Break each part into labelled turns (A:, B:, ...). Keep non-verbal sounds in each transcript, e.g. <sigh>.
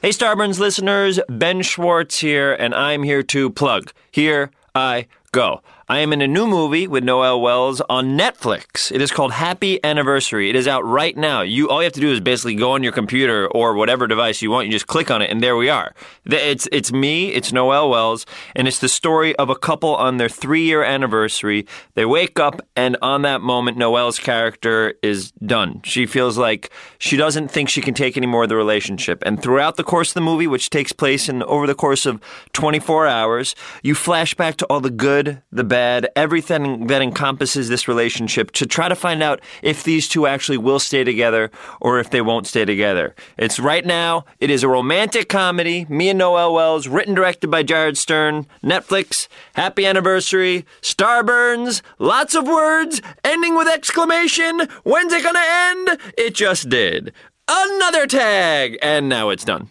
A: Hey, Starburns listeners, Ben Schwartz here, and I'm here to plug. Here I go. I am in a new movie with Noel Wells on Netflix. It is called Happy Anniversary. It is out right now. You all you have to do is basically go on your computer or whatever device you want. You just click on it, and there we are. The- It's it's me. It's Noel Wells, and it's the story of a couple on their three year anniversary. They wake up, and on that moment, Noel's character is done. She feels like she doesn't think she can take any more of the relationship. And throughout the course of the movie, which takes place in over the course of 24 hours, you flash back to all the good, the bad, everything that encompasses this relationship to try to find out if these two actually will stay together or if they won't stay together. It's right now, it is a romantic comedy, me and Noel Wells, written directed by Jared Stern, Netflix, happy anniversary, Starburns, lots of words, ending with exclamation, when's it gonna end? It just did. Another tag! And now it's done.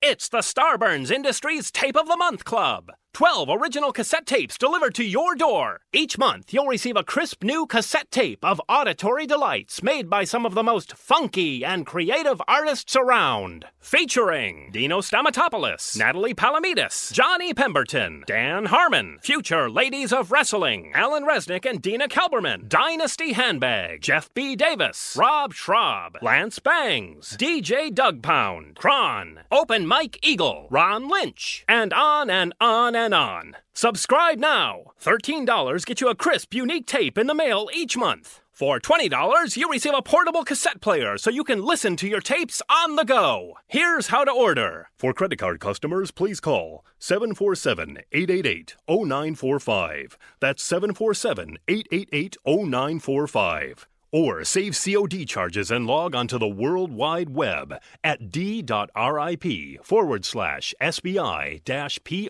B: It's the Starburns Industries Tape of the Month Club. 12 original cassette tapes delivered to your door. Each month, you'll receive a crisp new cassette tape of auditory delights made by some of the most funky and creative artists around. Featuring Dino Stamatopoulos, Natalie Palamides, Johnny Pemberton, Dan Harmon, Future Ladies of Wrestling, Alan Resnick and Dina Kalberman, Dynasty Handbag, Jeff B. Davis, Rob Schraub, Lance Bangs, DJ Doug Pound, Kron, Open Mike Eagle, Ron Lynch, and on and on and on. Subscribe now. $13 gets you a crisp, unique tape in the mail each month. For $20, you receive a portable cassette player so you can listen to your tapes on the go. Here's how to order.
C: For credit card customers, please call 747 888 0945. That's 747 888 0945. Or save COD charges and log onto the World Wide Web at d.rip forward slash SBI dash E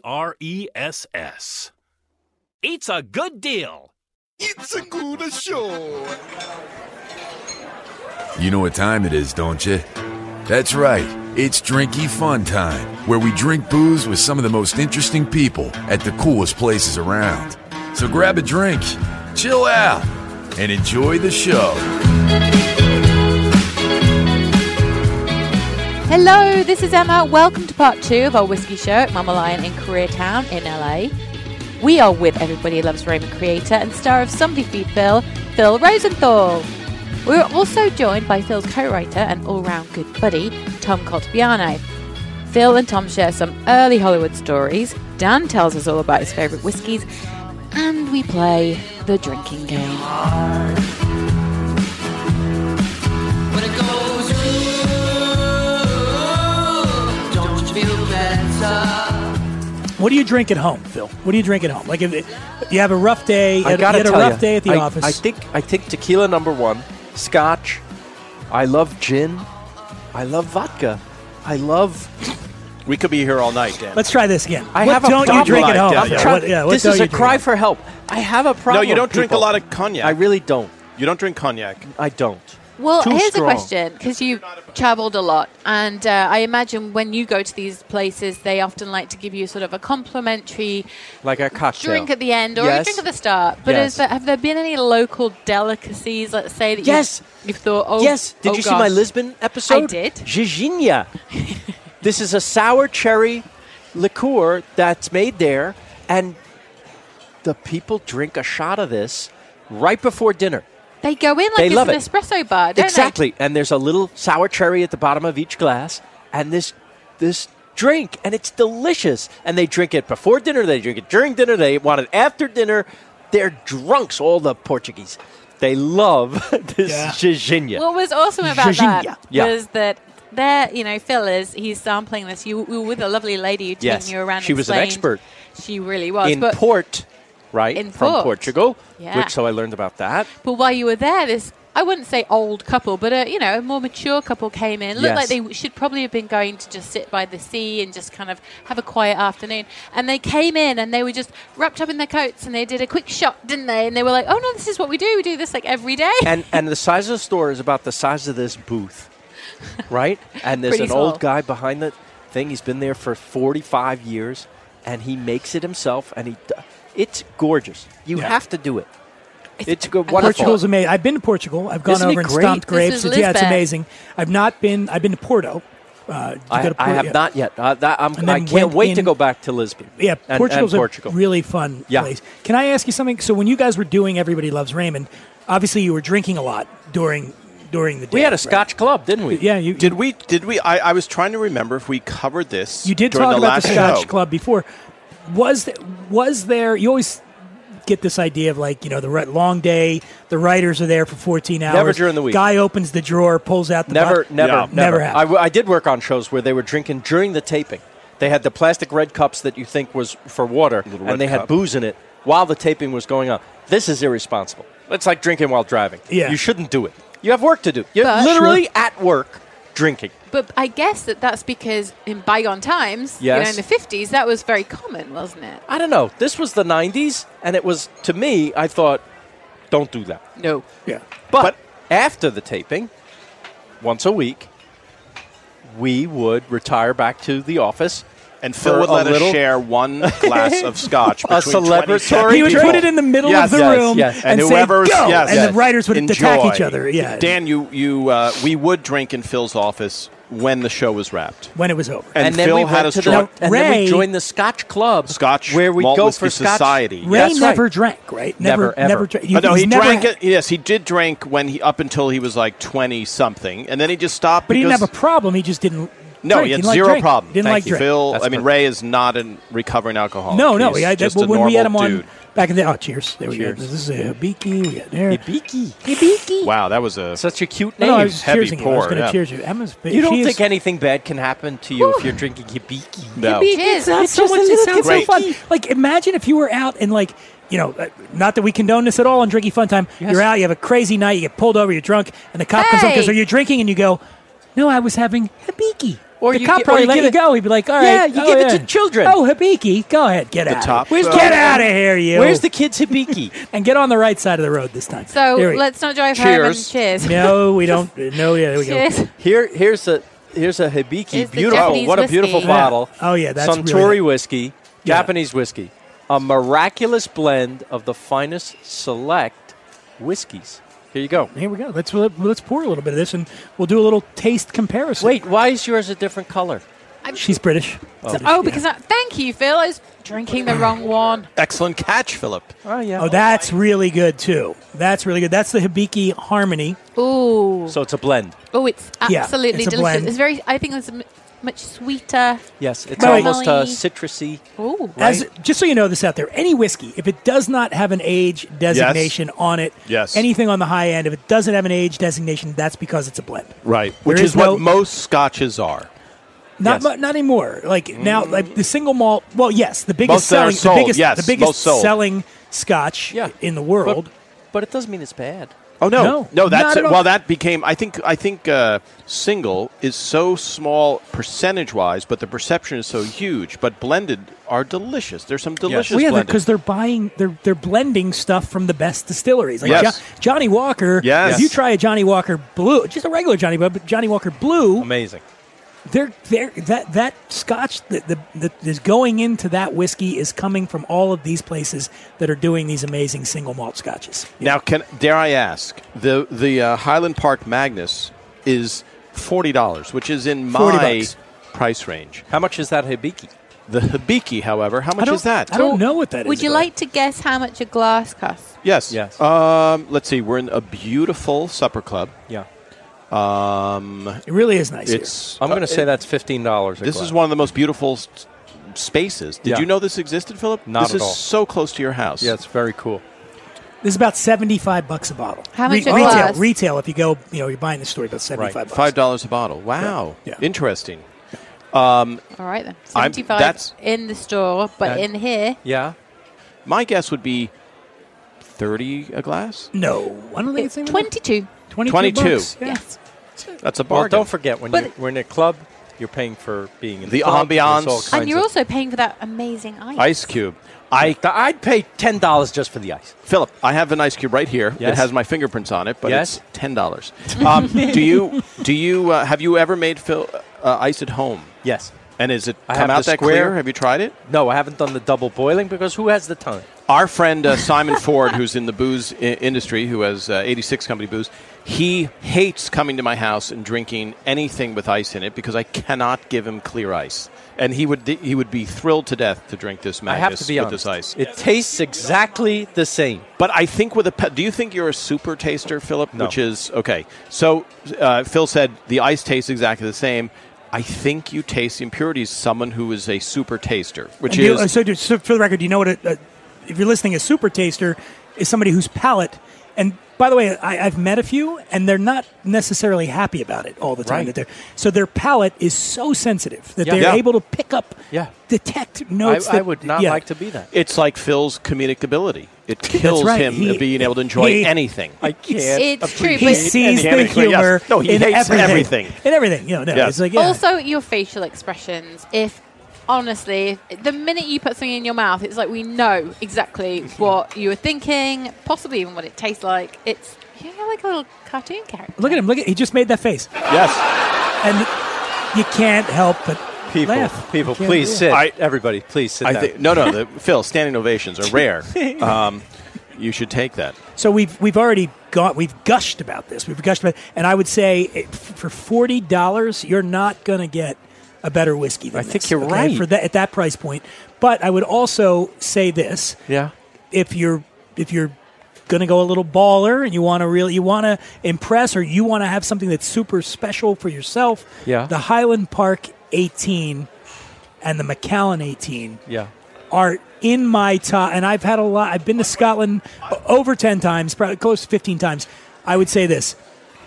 C: PRESS.
B: It's a good deal.
D: It's a good show.
E: You know what time it is, don't you? That's right. It's Drinky Fun Time, where we drink booze with some of the most interesting people at the coolest places around. So grab a drink, chill out, and enjoy the show.
F: Hello, this is Emma. Welcome to part two of our whiskey show at Mama Lion in Koreatown in LA. We are with Everybody Loves Raymond creator and star of Somebody Feed Phil, Phil Rosenthal. We are also joined by Phil's co writer and all round good buddy, Tom Coltibiano. Phil and Tom share some early Hollywood stories, Dan tells us all about his favourite whiskies, and we play the drinking game.
G: When it goes ooh, don't you feel better?
H: What do you drink at home, Phil? What do you drink at home? Like if it, you have a rough day, you
I: I
H: had,
I: gotta
H: you had a
I: tell
H: rough
I: ya,
H: day at the
I: I,
H: office.
I: I think I think tequila number one, Scotch. I love gin. I love vodka. I love. We could be here all night, Dan.
H: Let's try this again.
I: I
H: what
I: have a
H: don't you
I: problem.
H: drink at
I: I
H: home?
I: tell ya.
H: What- yeah, what
I: this
H: don't
I: is
H: you
I: a
H: drink
I: cry
H: at home?
I: for help. I have a problem.
J: No, you don't drink a
I: people.
J: lot of cognac.
I: I really don't.
J: you don't drink cognac.
I: I don't.
F: Well,
I: Too
F: here's
I: strong.
F: a question because you've traveled a lot, and uh, I imagine when you go to these places, they often like to give you sort of a complimentary
I: Like a cocktail.
F: drink at the end or a
I: Yes.
F: drink at the start. But
I: Yes.
F: is there, have there been any local delicacies, let's say, that you've-
I: Yes.
F: you've, thought, oh,
I: yes. Did
F: oh
I: you see
F: gosh.
I: my Lisbon episode?
F: I did. <laughs>
I: Giginia. this is a sour cherry liqueur that's made there, and the people drink a shot of this right before dinner.
F: They go in like
I: They
F: it's
I: love
F: an
I: it.
F: espresso bar, don't
I: exactly. And there's a little sour cherry at the bottom of each glass, and this this drink, and it's delicious. And they drink it before dinner. They drink it during dinner. They want it after dinner. They're drunks. All the Portuguese. They love <laughs> this
H: Yeah.
I: giginya.
F: they? What was awesome about
I: Giginya.
F: that
I: Yeah.
F: was that. There, you know, Phil is, he's sampling this. You, you were with a lovely lady who turned
I: Yes.
F: you around and
I: She was an
F: explained-
I: expert.
F: She really was.
I: in
F: but
I: port, right?
F: In
I: from
F: port.
I: Portugal.
F: Yeah.
I: Which so I learned about that.
F: But while you were there, this I wouldn't say old couple, but a, you know, a more mature couple came in. Looked
I: Yes.
F: like they should probably have been going to just sit by the sea and just kind of have a quiet afternoon. And they came in and they were just wrapped up in their coats and they did a quick shot, didn't they? And they were like, "Oh no, this is what we do. We do this like every day."
I: And and the size of the store is about the size of
H: <laughs>
I: this booth, right? And there's
F: Pretty
I: an
F: small.
I: old guy behind the thing. He's been there for 45 years, and he makes it himself. And he, d- it's gorgeous. You
H: Yeah.
I: have to do it. It's good.
F: love
I: Wonderful.
H: Portugal's amazing. I've been to Portugal. I've gone
I: Isn't it
H: over and
I: great?
H: stomped
F: This
H: grapes.
F: is
H: It's- yeah, it's
F: Lisbon.
H: amazing. I've not been. I've been to Porto, Uh, you
I: I,
H: gotta
I: I
H: put-
I: have
H: yeah.
I: not yet. Uh, that, I'm,
H: And
I: I
H: then
I: can't
H: went
I: wait to
H: in-
I: go back to Lisbon.
H: Yeah,
I: and,
H: Portugal's
I: and Portugal.
H: a really fun
I: Yeah.
H: place. Can I ask you something? So when you guys were doing Everybody Loves Raymond, obviously you were drinking a lot during during the day.
I: we had a
H: right?
I: Scotch club, didn't we?
H: Yeah, you
J: Did we? Did we? I, I was trying to remember if we covered this.
H: You did
J: during
H: talk
J: the
H: about
J: last
H: the Scotch
J: show.
H: Club before. Was th- was there? You always get this idea of like you know the ri- long day. The writers are there for fourteen hours.
I: during the week.
H: Guy opens the drawer, pulls out the
I: Never,
H: bo-
I: never,
J: Yeah.
I: never.
H: Never
I: I,
H: happened.
I: w- I did work on shows where they were drinking during the taping. They had the plastic red cups that you think was for water,
J: Little red
I: and they had
J: cup.
I: booze in it while the taping was going on. This is irresponsible. It's like drinking while driving.
H: Yeah.
I: You shouldn't do it. You have work to do. You're
F: But-
I: literally at work drinking.
F: But I guess that that's because in bygone times, you know,
I: Yes.
F: in the fifties, that was very common, wasn't it?
I: I don't know. This was the 90s, and it was, to me, I thought, don't do that.
F: No.
H: yeah.
I: But, after the taping, once a week, we would retire back to the office.
J: And
I: for
J: Phil would
I: a
J: let
I: little-
J: us
H: <laughs>
J: share one glass of scotch.
I: <laughs> A
J: Between 20
I: celebratory
H: He would
I: people.
H: put it in the middle
I: Yes,
H: of the
I: yes,
H: room
I: yes.
H: and,
J: And
H: say go,
J: whoever's- yes,
H: and
J: yes.
H: the writers would attack
J: Enjoy.
H: each other. Yeah,
J: Dan, you you uh, we would drink in Phil's office when the show was wrapped.
H: when it was over.
J: And,
I: then
J: Phil
I: we
J: had
I: went
J: us
I: to the,
J: join.
I: and then we
H: Ray-
I: joined the Scotch Club,
J: Scotch
I: where we
J: Malt
I: go
J: Whiskey
I: for Scotch.
J: Society.
H: Ray
I: That's
H: never
I: right.
H: drank, right?
I: Never, ever.
H: never drank.
J: But Oh, Uh, no,
H: he's
J: he
H: never
J: drank
H: had-
J: it. Yes, he did drink when he up until he was like twenty something, and then he just stopped.
H: But he didn't
J: because-
H: have a problem. He just didn't.
J: No,
H: drink.
J: he had
H: didn't like
J: zero
H: drink.
J: problem.
H: Didn't
J: Thank
H: like
J: you.
H: drink.
J: Phil,
I: That's
J: I mean,
I: perfect.
J: Ray is not a recovering alcoholic.
H: No, no.
J: He's
H: I,
J: just a
H: when we had him
J: normal
H: on
J: dude.
H: back in the oh, cheers. There we
I: Cheers.
H: go. This is a hibiki. We got there.
I: Hibiki.
H: Hibiki.
J: Wow, that was a.
I: Such a cute
H: No,
I: name.
H: no, I was
J: heavy
H: cheersing you. I was
J: pour,
H: going to
J: yeah.
H: cheers you. Emma's.
I: you don't
H: she is-
I: think anything bad can happen to you if you're drinking Hibiki?
J: No.
H: It sounds so much. It sounds so fun. Like imagine if you were out and like you know, uh, not that we condone this at all on Drinky Fun Time. You're out, you have a crazy night, you get pulled over, you're drunk, and the cop comes up
F: Hey!
H: because are you drinking? And you go, no, I was having hibiki.
I: Or
H: the
I: you
H: cop
I: gi- or
H: probably
I: you
H: let
I: give
H: you
I: it-
H: go. He'd be like, all right,
I: Yeah, you
H: oh,
I: give it to children.
H: Oh, hibiki, go ahead, get out.
J: top-
H: Where's
J: Where's
H: get out of here, you?
I: Where's the kids Hibiki?
H: and get on the right side of the road this time.
F: So
H: Here we-
F: let's not drive home and
I: Cheers.
F: cheers.
H: <laughs> No, we don't. uh, No, yeah, there we go.
F: cheers.
I: Here, here's a here's a Hibiki.
F: It's the
I: beautiful.
F: Japanese
I: what a
F: whiskey.
I: beautiful
F: Yeah.
I: bottle.
H: Oh, yeah, that's really
I: Suntory
H: good.
I: whiskey,
H: Yeah.
I: Japanese whiskey, a miraculous blend of the finest select whiskeys. Here you go.
H: Here we go. Let's let's pour a little bit of this, and we'll do a little taste comparison.
I: Wait, why is yours a different color?
H: she's British.
F: So- oh, because I, thank you, Phil. I was drinking the wrong one.
J: Excellent catch, Philip.
I: Oh yeah.
H: Oh, that's really good too. That's really good. That's the Hibiki Harmony.
F: Ooh.
I: So it's a blend.
F: oh, it's
H: Yeah,
F: absolutely
H: it's a
F: delicious.
H: blend.
F: It's very. I think it's m- much sweeter.
I: Yes, it's
H: By the way-
I: almost uh,
F: Smelly.
I: citrusy.
F: Ooh.
H: As just so you know this out there, any whiskey if it does not have an age designation on it,
J: Yes.
H: anything on the high end if it doesn't have an age designation, that's because it's a blend.
J: Right, which
H: There
J: is,
H: is no-
J: what most scotches are.
H: Not
I: Yes.
H: mu- not anymore. Like now, like the single malt. Well, yes, the biggest
J: Mm. Most that are
H: selling,
J: sold,
H: the biggest,
J: yes,
H: the biggest
J: most sold.
H: selling Scotch
I: Yeah.
H: in the world.
I: But, but it doesn't mean it's bad.
J: Oh no,
H: No,
J: no, that's
H: not at
J: it.
H: all.
J: well, that became. I think. I think uh, single is so small percentage-wise, but the perception is so huge. But blended are delicious. There's some delicious.
H: Well, yeah,
J: blended.
H: because they're buying, they're they're blending stuff from the best distilleries. Like
J: Yes.
H: Jo- Johnny Walker.
J: Yes.
H: If you try a Johnny Walker Blue, just a regular Johnny, but Johnny Walker Blue,
I: Amazing.
H: they're they're that that Scotch that the, that is going into that whiskey is coming from all of these places that are doing these amazing single malt Scotches.
J: Now, can dare I ask the the uh, Highland Park Magnus is forty dollars, which is in
H: 40
J: my
H: bucks.
J: price range.
I: How much is that Hibiki?
J: The Hibiki, however, how
H: I
J: much
H: don't,
J: is that?
H: I don't know what that is.
F: Would you
H: though.
F: like to guess how much a glass costs?
J: Yes.
I: Yes.
J: Um, let's see. We're in a beautiful supper club.
I: Yeah.
J: Um,
H: It really is nice. here.
J: it's.
I: I'm going
J: uh,
I: to say
J: it-
I: that's fifteen dollars.
J: This is one of the most beautiful s- spaces. Did
I: Yeah.
J: you know this existed, Philip?
I: Not
J: this
I: at
J: is
I: all.
J: so close to your house.
I: Yeah, it's very cool.
H: This is about seventy five bucks a bottle.
F: How much a
H: retail?
F: glass?
H: Retail. If you go, you know, you're buying the story about seventy five bucks.
J: five dollars a bottle. Wow.
H: Yeah. Yeah.
J: Interesting.
F: All right then.
J: I'm-
F: Seventy-five
J: that's-
F: in the store, but
I: Uh,
F: in here,
I: Yeah.
J: My guess would be thirty a glass.
H: No, I don't think it's even
F: twenty-two.
H: 22
J: 22.
H: bucks. Yeah.
F: Yes.
J: That's a
I: Well,
J: bargain.
I: don't forget when
F: But-
I: you, we're in a club, you're paying for being in the,
J: The
I: club, there's
J: ambiance.
I: all
J: And
I: kinds
F: And you're
I: of-
F: also paying for that amazing ice.
J: Ice cube.
I: I, I'd pay ten dollars just for the ice.
J: Philip, I have an ice cube right here. It
I: Yes.
J: has my fingerprints on it, but
I: Yes.
J: it's ten dollars. Um, do you do you uh, have you ever made Phil, uh, ice at home?
I: Yes.
J: And is it
I: I
J: come
I: have
J: out
I: the
J: that
I: square.
J: clear? Have you tried it?
I: No, I haven't done the double boiling because who has the time?
J: Our friend uh, Simon Ford, who's in the booze I- industry, who has uh, 86 Company Booze, He hates coming to my house and drinking anything with ice in it because I cannot give him clear ice. And he would he would be thrilled to death to drink this
I: I have
J: Magnus
I: to be
J: with
I: honest.
J: this ice.
I: It tastes exactly the same.
J: But I think with a pe- do you think you're a super taster, Philip?
I: No.
J: Which is okay. So uh, Phil said the ice tastes exactly the same. I think you taste the impurities. Someone who is a super taster, which
H: And do you-
J: is
H: uh, so, do- so for the record, do you know what? A, a, if you're listening, a super taster is somebody whose palate. And by the way, I, I've met a few, and they're not necessarily happy about it all the time.
I: Right.
H: That they're, so their palate is so sensitive that
I: Yeah.
H: they're
J: Yeah.
H: able to pick up,
I: Yeah.
H: detect
I: I,
H: notes.
I: I
H: that-
I: would not
H: yeah.
I: like to be that.
J: it's like Phil's comedic ability. It kills
H: right.
J: him
H: He-
J: being able to enjoy
H: he-
J: anything.
I: I can't.
F: It's true,
H: He
F: but
H: sees
J: Yeah,
H: the
J: yes.
H: humor
J: No, he
H: in
J: hates
H: everything.
J: everything.
H: In everything, you know, no,
J: Yes.
H: it's like yeah.
F: also your facial expressions. If honestly, the minute you put something in your mouth, it's like we know exactly
J: <laughs>
F: what you were thinking, possibly even what it tastes like. It's you're like a little cartoon character.
H: look at him! Look at he just made that face,
J: yes,
H: and you can't help but
I: People,
H: laugh.
I: people,
H: You can't
I: please
H: do it.
I: sit.
J: I-
I: Everybody, please sit
J: I
I: down.
J: think no, no. <laughs> The, Phil, standing ovations are rare. <laughs> Um, you should take that.
H: So we've we've already got we've gushed about this. We've gushed about, and I would say eh, f- for forty dollars, you're not going to get a better whiskey. Than
I: I think
H: this,
I: you're
H: okay,
I: right.
H: for that at that price point. But I would also say this:
I: yeah.
H: if you're if you're going to go a little baller and you want to really you want to impress or you want to have something that's super special for yourself,
I: Yeah.
H: the Highland Park 18 and the McAllen 18
I: Yeah.
H: are in my top, and I've had a lot. I've been to Scotland o- over ten times, probably close to fifteen times. I would say this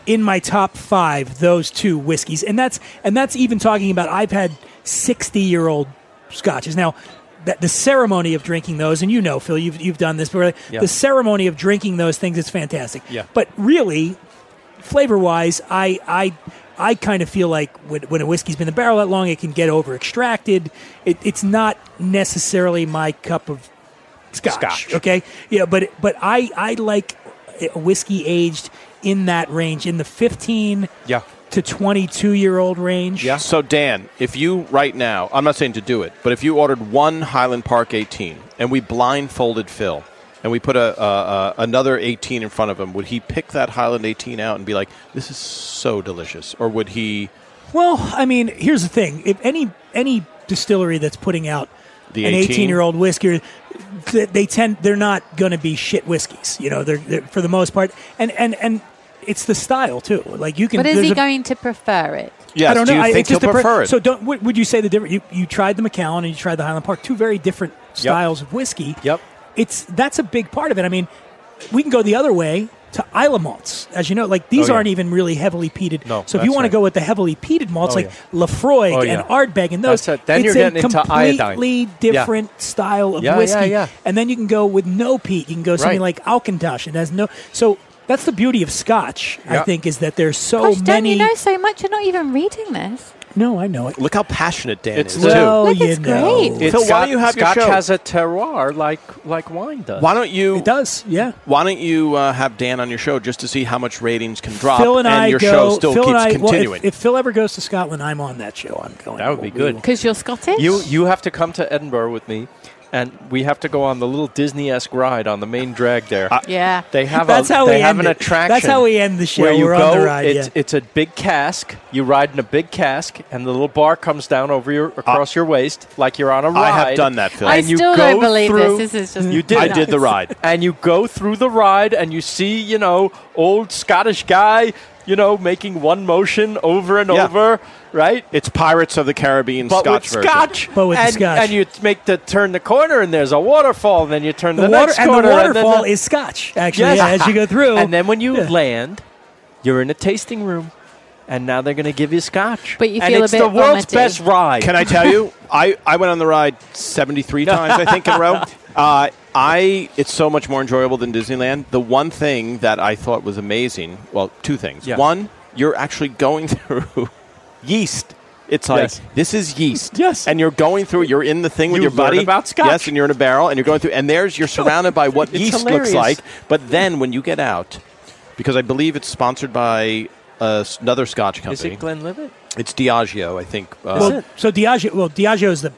H: in my top five, those two whiskeys, and that's and that's even talking about I've had sixty-year-old scotches now. That the ceremony of drinking those, and you know, Phil, you've you've done this before.
I: Yeah.
H: The ceremony of drinking those things is fantastic.
I: Yeah.
H: But really, flavor wise, I I I kind of feel like when, when a whiskey's been in the barrel that long, it can get over extracted. It, it's not necessarily my cup of scotch,
I: Scotch.
H: Okay, yeah, but but I I like a whiskey aged in that range, in the fifteen
I: Yeah.
H: to twenty two year old range.
I: Yeah.
J: So Dan, if you right now, I'm not saying to do it, but if you ordered one Highland Park 18 and we blindfolded Phil and we put a, a, a another 18 in front of him, would he pick that Highland 18 out and be like, "This is so delicious," or would he?
H: Well, I mean, here's the thing: if any any distillery that's putting out
J: The
H: an
J: 18?
H: 18 year old whiskey, th- they tend they're not going to be shit whiskeys. You know, they're, they're for the most part, and and and it's the style too. Like you can.
F: But is
H: there's
F: he
H: a-
F: going to prefer it?
J: Yes.
H: I don't
J: do
H: know.
J: you
H: I,
J: think
H: it's just
J: he'll
H: a per-
J: prefer it?
H: So, don't, would, would you say the different? You, you tried the McAllen and you tried the Highland Park, two very different styles of whiskey.
I: Yep.
H: It's that's a big part of it. I mean, we can go the other way to Isla malts, as you know. Like these
I: Oh, yeah.
H: aren't even really heavily peated.
I: No,
H: So if you want
I: that's right.
H: to go with the heavily peated malts,
I: Oh,
H: like
I: yeah.
H: Lafroig
I: Oh, yeah.
H: and Ardbeg and those,
I: That's it. Then
H: it's
I: you're getting
H: a
I: into iodine.
H: completely
I: Yeah.
H: different style of
I: Yeah, yeah,
H: whiskey.
I: yeah.
H: And then you can go with no peat. You can go something
I: Right.
H: like Alcintosh. It has no. So that's the beauty of Scotch. I
I: Yeah.
H: think is that there's so
F: Gosh, Dan,
H: Oh, many.
F: you know so much. You're not even reading this.
H: No, I know it.
J: Look how passionate Dan
I: It's
J: is.
I: lit-
H: Well,
F: Look,
H: you
F: it's
H: know.
F: great.
J: Phil,
I: It's
J: why
I: Scot-
J: don't you have your
I: Scotch
J: show?
I: has a terroir like like wine does.
J: Why don't you?
H: It does, yeah.
J: Why don't you uh, have Dan on your show just to see how much ratings can drop?
H: Phil and, I
J: your
H: go.
J: show still
H: Phil
J: keeps
H: and I, well, if-
J: continuing.
H: if, Phil ever goes to Scotland, I'm on that show. I'm going.
I: That would
H: We
I: be good.
H: will-
F: Because you're Scottish.
I: You you have to come to Edinburgh with me, and we have to go on the little Disney esque ride on the main drag there.
F: yeah.
I: they have
H: That's
I: a,
H: how
I: they
H: we
I: have
H: end
I: an
H: it.
I: attraction.
H: That's how we end the show.
I: Where you
H: We're
I: go,
H: on the ride,
I: It's,
H: yeah.
I: it's a big cask. You ride in a big cask, and the little bar comes down over your across your waist like you're on a
J: I
I: ride.
J: have done that, Phil.
F: I
I: and you
F: still
I: go
F: don't believe
I: through-
F: this. This is just
I: You did.
J: I
I: that.
J: did the ride.
I: and you go through the ride and you see, you know, old Scottish guy, you know, making one motion over and
J: Yeah.
I: over, right?
J: It's Pirates of the Caribbean
I: But
J: Scotch
I: with
J: version.
I: Scotch,
H: But with the
I: and,
H: Scotch.
I: and you make the turn the corner and there's a waterfall, and then you turn the,
H: The water
I: next
H: and the
I: corner, then
H: waterfall
I: the-
H: is Scotch. Actually,
I: Yes.
H: yeah,
I: <laughs>
H: as you go through,
I: and then when you
H: Yeah.
I: land, you're in a tasting room, and now they're going to give you Scotch.
F: But you
I: and
F: feel a
I: it's
F: bit
I: the world's
F: vomity.
I: best ride.
J: Can I tell you? I, I went on the ride 73 times, I think, in
I: <laughs>
J: a row. Uh, I it's so much more enjoyable than Disneyland. The one thing that I thought was amazing, well, two things.
I: Yeah.
J: One, you're actually going <laughs> through yeast. It's like
I: Yes.
J: this is yeast.
I: Yes.
J: and you're going through. You're in the thing with
I: You
J: your
I: learn
J: buddy.
I: about Scotch.
J: Yes, and you're in a barrel, and you're going through. And there's you're surrounded by what
I: <laughs> It's
J: yeast
I: hilarious.
J: looks like. But then when you get out, because I believe it's sponsored by uh, s- another Scotch
I: Is
J: company.
I: it Glenlivet?
J: It's Diageo, I think. Uh,
H: well, so Diageo. Well, Diageo is the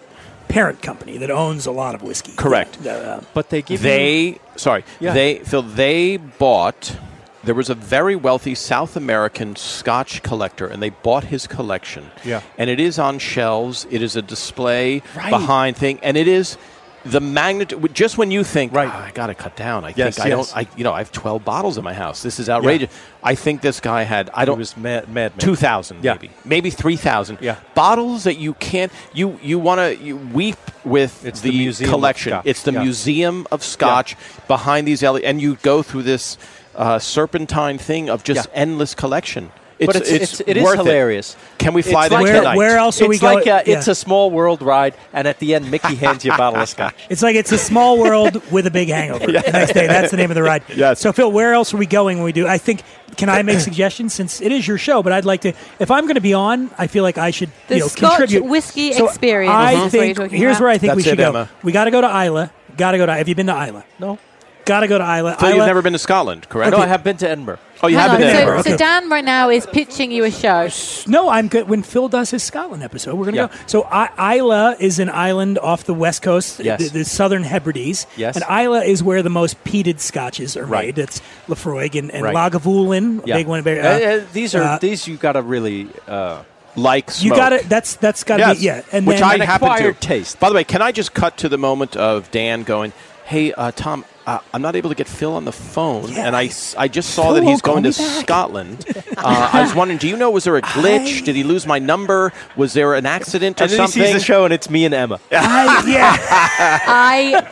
H: parent company that owns a lot of whiskey.
J: Correct.
H: Yeah, the, uh,
I: But they give you
J: they sorry
I: Yeah.
J: they Phil they bought There was a very wealthy South American Scotch collector, and they bought his collection.
I: Yeah.
J: And it is on shelves. It is a display behind thing, and it is the magnitude. Just when you think, right. I got to cut down. I
I: Yes,
J: think I
I: yes.
J: don't. I you know I have twelve bottles in my house. This is outrageous. I think this guy had. I don't.
I: was mad, mad
J: Two thousand,
I: Yeah.
J: maybe, maybe three thousand.
I: Yeah.
J: bottles that you can't. You you want to you weep with
I: It's
J: the,
I: the museum of
J: collection.
I: Scotch.
J: It's the
I: Yeah.
J: museum of Scotch behind these alley, and you go through this uh, serpentine thing of just
I: Yeah.
J: endless collection. It's,
I: But it's, it's, it is
J: worth
I: hilarious.
J: Can we fly
I: It's
J: that
H: like-
J: tonight?
H: Where else are we
I: it's like
H: going?
I: A, It's
H: Yeah.
I: a small world ride, and at the end, Mickey hands you a bottle
J: <laughs>
I: of scotch.
H: It's like it's a small world with a big hangover. The next day, that's the name of the ride.
J: Yes.
H: So, Phil, where else are we going when we do? I think, can I
J: <clears throat>
H: make suggestions since it is your show, but I'd like to, if I'm going to be on, I feel like I should
F: The
H: you know,
F: Scotch
H: contribute.
F: whiskey
H: So
F: experience
H: I
F: is what
H: think,
F: you're talking
H: here's
F: about.
H: where I think we
J: That's
H: should
J: it,
H: go.
J: Emma.
H: We got to go to Isla. Got to go to, have you been to Isla?
I: No.
H: Got to go to Isla.
J: Phil,
H: Isla-
J: you've never been to Scotland, correct?
I: No, I have been to Edinburgh.
J: Oh, you
F: Hang
J: have
F: on,
J: been to
H: there.
F: so,
J: Edinburgh.
H: Okay.
F: so Dan right now is pitching you a show.
H: No, I'm good. When Phil does his Scotland episode, we're going to
I: Yeah.
H: go. So I- Isla is an island off the west coast,
I: Yes.
H: the, the southern Hebrides.
I: Yes.
H: And Isla is where the most peated scotches are
I: Right.
H: made. That's Lafroig and, and
I: Right.
H: Lagavulin, a
I: Yeah.
H: big one. very-
I: Uh,
H: uh,
I: uh, these are
H: uh,
I: these you got to really uh,
J: Like
H: you
J: smoke.
H: got to That's that's got to
J: Yes.
H: be yeah. And
J: Which
H: then,
J: I happen to.
I: acquired taste.
J: By the way, can I just cut to the moment of Dan going, "Hey, uh, Tom, uh, I'm not able to get Phil on the phone,
H: Yeah.
J: and I, s- I just saw
H: Phil
J: that he's
H: won't call
J: going to
H: me back." <laughs>
J: Scotland. uh, I was wondering, do you know was there a glitch?
H: I-
J: Did he lose my number? Was there an accident or
I: and then
J: something?"
I: he sees the show, and it's me and Emma.
J: <laughs>
H: I, yeah.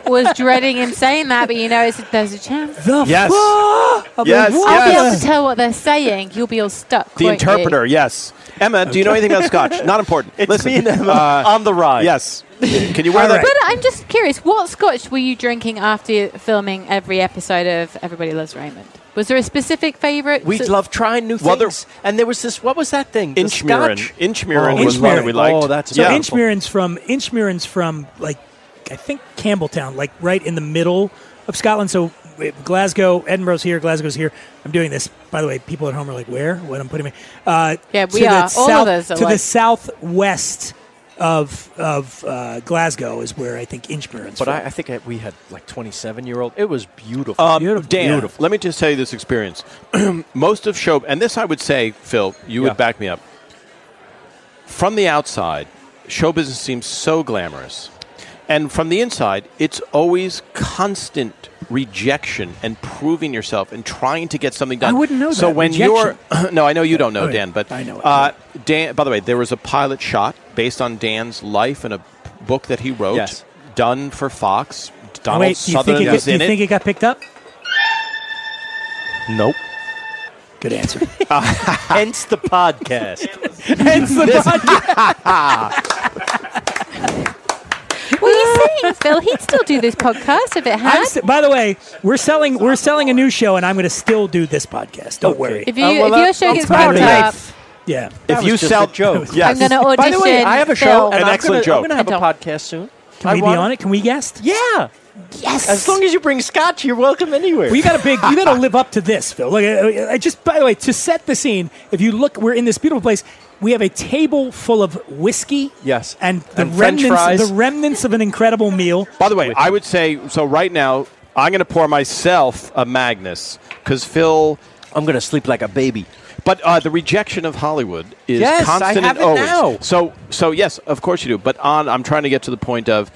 F: I was dreading him saying that, but you know, it's, there's a chance.
H: The
J: Yes.
H: fuck?
J: Yes,
H: What?
F: I'll
J: yes.
F: be able to tell what they're saying. You'll be all stuck.
J: The
F: won't you?
J: interpreter, yes. Emma, do you know anything about Scotch? Not important.
I: <laughs> It's
J: Listen,
I: me and Emma
J: uh,
I: on the ride.
J: yes. Can you wear
H: All
J: that?
H: right.
F: But I'm just curious, what scotch were you drinking after filming every episode of Everybody Loves Raymond? Was there a specific favorite?
I: We
F: So-
I: love trying new
J: Well, there-
I: things. and there was this. What was that thing? The
J: Inchmirin.
I: scotch.
J: Inchmirin
H: Oh,
J: was one that
H: Inchmirin.
J: we liked.
I: Oh, that's
H: So
J: yeah.
H: Inchmirin's from Inchmirin's from like I think Campbelltown, like right in the middle of Scotland. So uh, Glasgow, Edinburgh's here, Glasgow's here. I'm doing this, by the way. People at home are like, "Where? What I'm putting me?" Uh,
F: Yeah, we
H: to the
F: are. All of
H: south-
F: us are
H: to the
F: like-
H: southwest of of uh, Glasgow is where I think Inchmirin's
I: But
H: from.
I: I, I think I, we had like 27 year old. It was beautiful.
J: Um,
H: Beautiful.
J: Dan,
H: Beautiful.
J: let me just tell you this experience. <clears throat> Most of show, and this I would say, Phil, you
I: Yeah.
J: would back me up. From the outside, show business seems so glamorous. And from the inside, it's always constant rejection and proving yourself and trying to get something done.
H: I wouldn't know
J: So
H: that.
J: when
H: Rejection.
J: you're, <clears throat> no, I know you don't know,
H: Oh, yeah.
J: Dan, but
H: I know it.
J: Uh, Dan. By the way, there was a pilot shot based on Dan's life and a book that he wrote,
I: Yes.
J: done for Fox.
H: And
J: Donald
H: Oh, Wait, do you
J: Southern
H: think it,
J: was
H: do you
J: in
H: think
J: it.
H: it got picked up?
J: Nope.
F: <laughs>
H: Good answer.
I: <laughs>
H: <laughs>
I: Hence the podcast.
H: Hence the podcast.
F: What are you saying, Phil? He'd still do this podcast if it
H: I'm
F: had.
H: s- by the way, we're selling we're selling a new show, and I'm going to still do this podcast. Don't worry.
F: if you
I: Uh, well,
F: if your
I: that-
F: show
I: that's
F: gets
I: my
F: picked
I: life.
F: up,
H: yeah.
I: That
J: if
I: was
J: you
I: just
J: sell
I: a joke.
J: <laughs> yes.
F: I'm going to audition.
I: By the way, I have a show.
F: Phil.
I: And
J: An
I: I'm
J: excellent
I: gonna,
J: joke.
I: I'm going to
F: I
I: have a
F: don't-
I: podcast soon.
H: Can we be on it? Can we guest?
I: Yeah.
F: Yes.
I: As long as you bring scotch, you're welcome anywhere.
H: Well, you got a big. You got to live up to this, Phil. Look, I, I just by the way, to set the scene, if you look, we're in this beautiful place. We have a table full of whiskey.
I: Yes.
H: and the
I: And French
H: remnants,
I: fries.
H: the remnants of an incredible meal.
J: By the way, I would say so. Right now, I'm going to pour myself a Magnus because Phil.
I: I'm going to sleep like a baby.
J: But uh, the rejection of Hollywood is
I: Yes, I
J: constant
I: have
J: and
I: it
J: always.
I: now.
J: So, so yes, of course you do. But on, I'm trying to get to the point of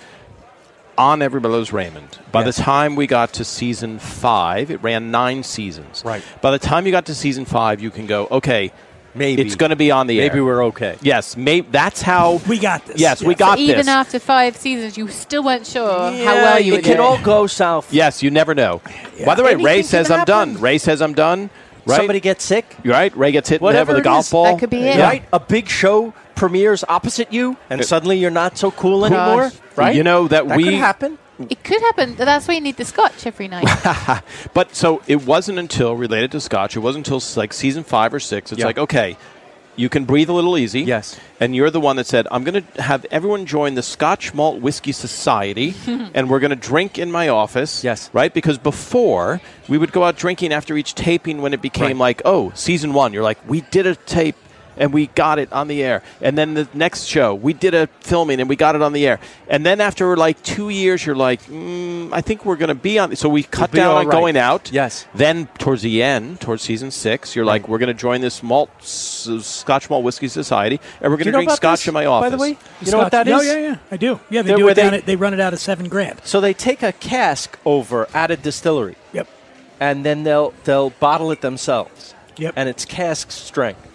J: on Everybody Loves Raymond. By
I: Yes.
J: the time we got to season five, it ran nine seasons.
I: Right.
J: By the time you got to season five, you can go okay.
I: Maybe.
J: it's going to be on the air.
I: Maybe we're okay.
J: Yes, maybe that's how
H: We got this.
J: Yes, we
H: Yes.
J: got
F: even
J: this.
F: after five seasons, you still weren't sure how well you were
I: It can
F: doing.
I: all go south.
J: Yes, you never know. By the way,
I: Anything
J: Ray
I: can
J: says I'm
I: happen.
J: done. Ray says I'm done. Right?
I: Somebody gets sick.
J: You're right. Ray gets hit in the head
I: Whatever
J: with a
I: it
J: golf
I: is,
J: ball.
F: that could be it.
J: Yeah.
I: Right? A big show premieres opposite you, and
J: It-
I: suddenly you're not so cool anymore. Right?
J: You know that
I: that
J: we-
I: could happen.
F: It could happen. That's why you need the scotch every night.
J: But so it wasn't until related to Scotch. It wasn't until like season five or six. It's
I: Yeah.
J: like okay, you can breathe a little easy.
I: Yes.
J: And you're the one that said I'm going to have everyone join the Scotch Malt
I: <laughs>
J: Whiskey Society, and we're going to drink in my office.
I: Yes.
J: Right? Because before we would go out drinking after each taping when it became like oh season one. You're like we did a tape. and we got it on the air. And then the next show, we did a filming and we got it on the air. And then after like two years, you're like, mm, I think we're going to be on. So we cut
I: be
J: down
I: all
J: on
I: right.
J: going out.
I: Yes.
J: Then towards the end, towards season six, you're
I: Mm.
J: like, we're going to join this malt, s- Scotch Malt Whiskey Society, and we're
I: Do
J: going to
I: you know
J: drink
I: about
J: scotch
I: this,
J: in my office.
I: By the way, you know what that is?
H: No, yeah, yeah, I do. Yeah, they
I: There
H: do
I: where
H: it down.
I: they-
H: at, they run it out of seven grand.
I: So they take a cask over at a distillery,
H: Yep.
I: and then they'll they'll bottle it themselves.
H: Yep.
I: And it's cask strength,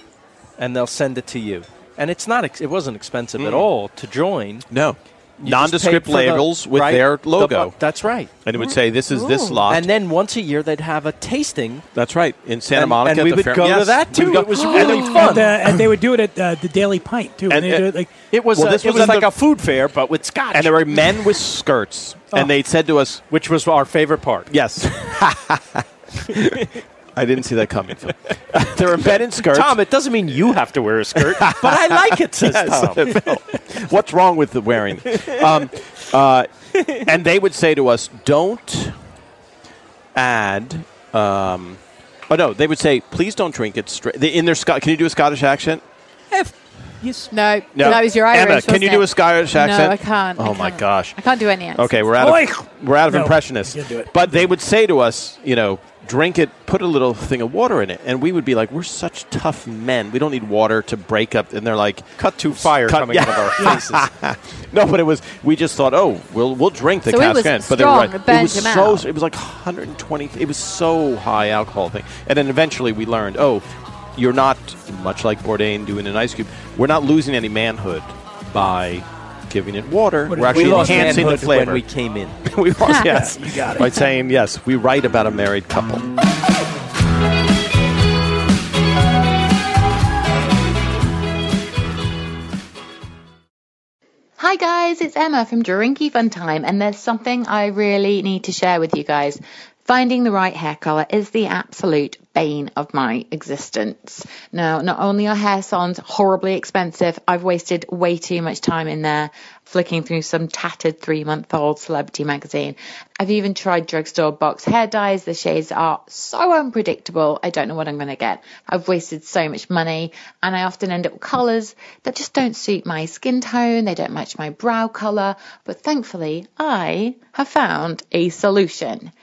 I: and they'll send it to you. And it's not ex- it wasn't expensive at all to join.
J: No.
I: You just paid
J: Nondescript
I: for the-
J: labels with
I: right,
J: their
I: the
J: logo.
I: bu- that's right.
J: and it would say, this is this
F: Ooh.
J: lot.
I: And then once a year they'd have a tasting.
J: That's right. In Santa
I: And-
J: Monica,
I: and we
J: the
I: would
J: fair-
I: go to
J: Yes,
I: that,
J: we
I: too.
J: would go-
I: It was
J: <gasps> And
I: really
J: they-
I: fun.
H: And, uh, and they would do it at uh, the Daily Pint too.
J: And-
H: And, they
J: and-
H: do it like
I: It was
J: Well,
I: a,
J: this
I: it
J: was
I: was,
J: at
I: like
J: the-
I: a food fair, but with scotch.
J: and there were men with skirts, and they said to us,
I: Oh. which was <laughs> our favorite part.
J: "Yes." <laughs> I didn't see
I: <laughs>
J: that coming. Phil. there were men in skirts.
I: <laughs> Tom, it doesn't mean you have to wear a skirt, but I like it, <laughs> says
J: Yes,
I: Tom.
J: <laughs> Phil. What's wrong with the wearing? Um, uh, and they would say to us, "Don't add." Um, oh no, they would say, "Please don't drink it straight." In their Scot- can you do a Scottish accent?
F: No, no, that was your Irish.
J: Emma, can
F: wasn't
J: you
F: it?
J: do a Scottish accent?
F: No, I can't. I
J: Oh my
F: can't.
J: gosh.
F: I can't do any accent.
J: Okay, we're out
H: Oich.
J: of we're out of
H: No,
J: impressionists.
H: you can't do it.
J: But they would say to us, you know, drink it, put a little thing of water in it, and we would be like, we're such tough men. We don't need water to break up. And they're like,
I: Cut to fire
J: Cut-
I: coming out
J: yeah.
I: of our
J: <laughs>
I: faces.
J: no, but it was. We just thought, oh, we'll we'll drink the
F: So it
J: cask
F: was
J: in. But they
F: strong,
J: were right.
F: it
J: It was
F: burned 'em
J: so.
F: out.
J: It was like 120. It was so high alcohol thing. And then eventually we learned, oh, you're not much like Bourdain doing an ice cube. We're not losing any manhood by giving it water.
H: What
J: We're
H: if we
J: actually
H: lost
J: enhancing the
I: manhood
J: flavor. <laughs>
I: when we came <laughs> in.
J: we lost, yes. By saying, yes, we write about a married couple.
H: <laughs>
K: Hi guys, it's Emma from Drinky Fun Time, and there's something I really need to share with you guys. Finding the right hair color is the absolute bane of my existence. Now, not only are hair salons horribly expensive, I've wasted way too much time in there flicking through some tattered three month old celebrity magazine. I've even tried drugstore box hair dyes. The shades are so unpredictable. I don't know what I'm going to get. I've wasted so much money and I often end up with colors that just don't suit my skin tone. They don't match my brow color. But thankfully, I have found a solution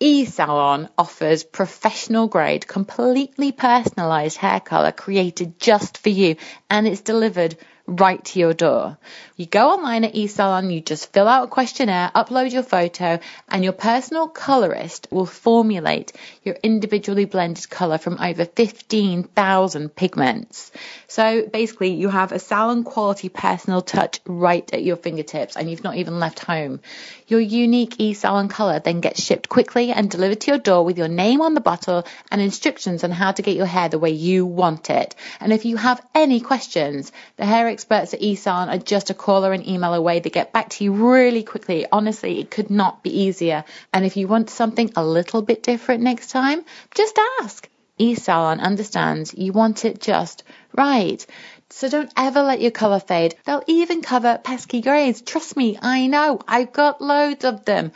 K: eSalon offers professional grade, completely personalized hair color created just for you, and it's delivered right to your door. You go online at eSalon, you just fill out a questionnaire, upload your photo, and your personal colorist will formulate your individually blended color from over 15,000 pigments. So basically, you have a salon quality personal touch right at your fingertips, and you've not even left home. Your unique e-salon color then gets shipped quickly and delivered to your door with your name on the bottle and instructions on how to get your hair the way you want it. And if you have any questions, the hair experts at eSalon are just a call or an email away. They get back to you really quickly. Honestly, it could not be easier. And if you want something a little bit different next time, just ask. eSalon understands you want it just right. So don't ever let your colour fade. They'll even cover pesky greys. Trust me, I know. I've got loads of them.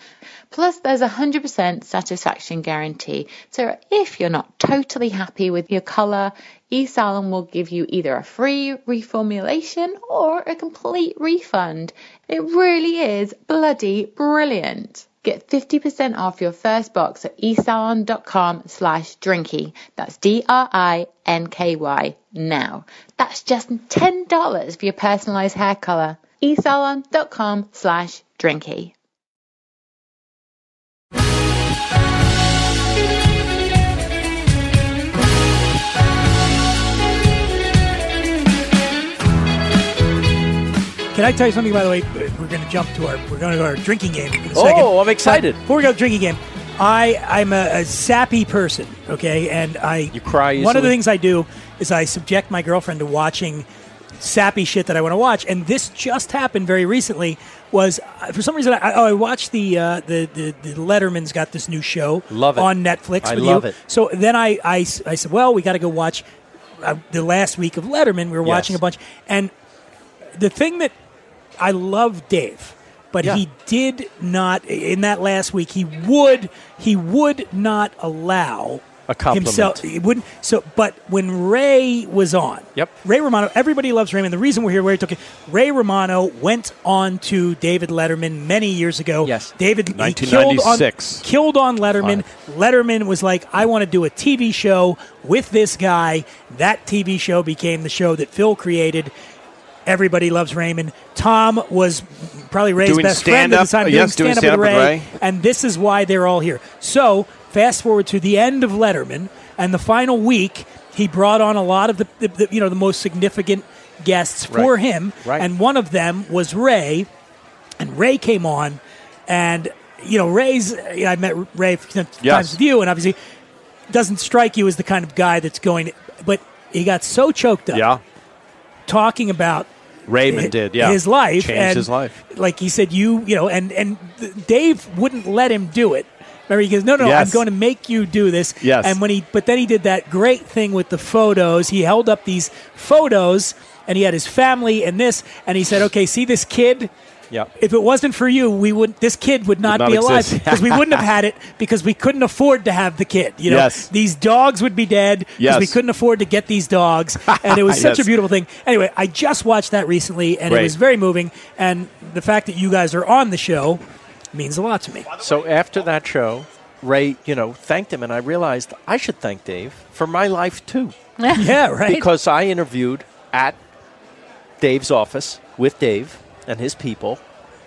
K: Plus, there's a 100% satisfaction guarantee. So if you're not totally happy with your colour, eSalon will give you either a free reformulation or a complete refund. It really is bloody brilliant. Get 50% off your first box at esalon.com slash drinky. That's D-R-I-N-K-Y now. That's just $10 for your personalized hair color. esalon.com slash drinky.
H: Can I tell you something? By the way, we're going to jump to our we're going to go to our drinking game in a
I: Oh,
H: second.
I: I'm
H: But
I: excited.
H: before we go to drinking game, I I'm a, a sappy person, okay, and I
I: You cry
H: One of the
I: easily?
H: things I do is I subject my girlfriend to watching sappy shit that I want to watch, and this just happened very recently. Was uh, for some reason I, oh, I watched the, uh, the the the Letterman's got this new show
I: Love it.
H: on Netflix
I: I
H: with
I: love
H: you.
I: it.
H: So then I, I, I said, well, we got to go watch uh, the last week of Letterman. We were watching a bunch, and the thing that I love Dave, but
I: Yeah.
H: he did not in that last week. He would he would not allow
J: a compliment.
H: himself. It wouldn't. So, but when Ray was on,
J: Yep.
H: Ray Romano. Everybody loves Raymond. The reason we're here, we're talking. Ray Romano went on to David Letterman many years ago. Yes, David. he killed on-
J: 1996.
H: Killed on, Letterman. Letterman was like, I want to do a TV show with this guy. That TV show became the show that Phil created. Everybody loves Raymond. Tom was probably Ray's
J: Doing
H: best friend at
J: stand-up?
H: the time.
J: Yes, doing
H: stand-up
J: stand-up with Ray.
H: and this is why they're all here. So, fast forward to the end of Letterman and the final week, he brought on a lot of the, the, the you know the most significant guests for
J: Right.
H: him,
J: Right.
H: and one of them was Ray, and Ray came on, and you know Ray's you know, I met Ray a few times
J: Yes.
H: with you, and obviously doesn't strike you as the kind of guy that's going, but he got so choked up
J: Yeah.
H: talking about
J: Raymond
H: hi-
J: did. Yeah.
H: his life
J: Changed
H: and
J: his life.
H: like he said you you know and and th- dave wouldn't let him do it remember he goes no no
J: Yes.
H: i'm going to make you do this
J: Yes.
H: and when he but then he did that great thing with the photos he held up these photos and he had his family and this and he said okay see this kid
J: Yep.
H: if it wasn't for you, we would this kid would not,
J: not
H: be alive
J: exist.
H: because we wouldn't have had it because we couldn't afford to have the kid. You know,
J: Yes.
H: these dogs would be dead because
J: Yes.
H: we couldn't afford to get these dogs, and it
J: <laughs>
H: was such a
J: Yes.
H: beautiful thing. Anyway, I just watched that recently, and
J: Great.
H: it was very moving. And the fact that you guys are on the show means a lot to me.
I: So after that show, Ray, you know, thanked him, and I realized I should thank Dave for my life too.
H: yeah, right.
I: Because I interviewed at Dave's office with Dave and his people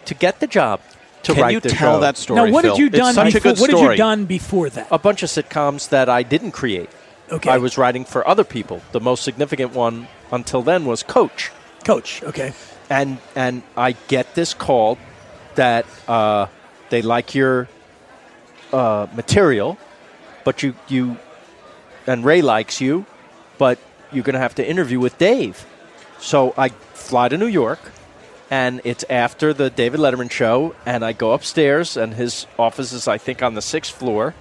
I: to get the job to
J: Can
I: write
J: you
I: the
J: tell
I: show.
J: that story?
H: now, what
J: Phil?
H: had you done?
J: It's such
H: Before,
J: a good
H: what
J: story.
H: had you done before that?
I: A bunch of sitcoms that I didn't create.
J: Oh,
H: Okay.
I: I was writing for other people. The most significant one until then was Coach.
H: Coach, okay,
I: and and I get this call that uh, they like your uh, material, but you you and Ray likes you, but you're going to have to interview with Dave. So I fly to New York, and it's after the David Letterman show, and I go upstairs, and his office is I think on the sixth floor,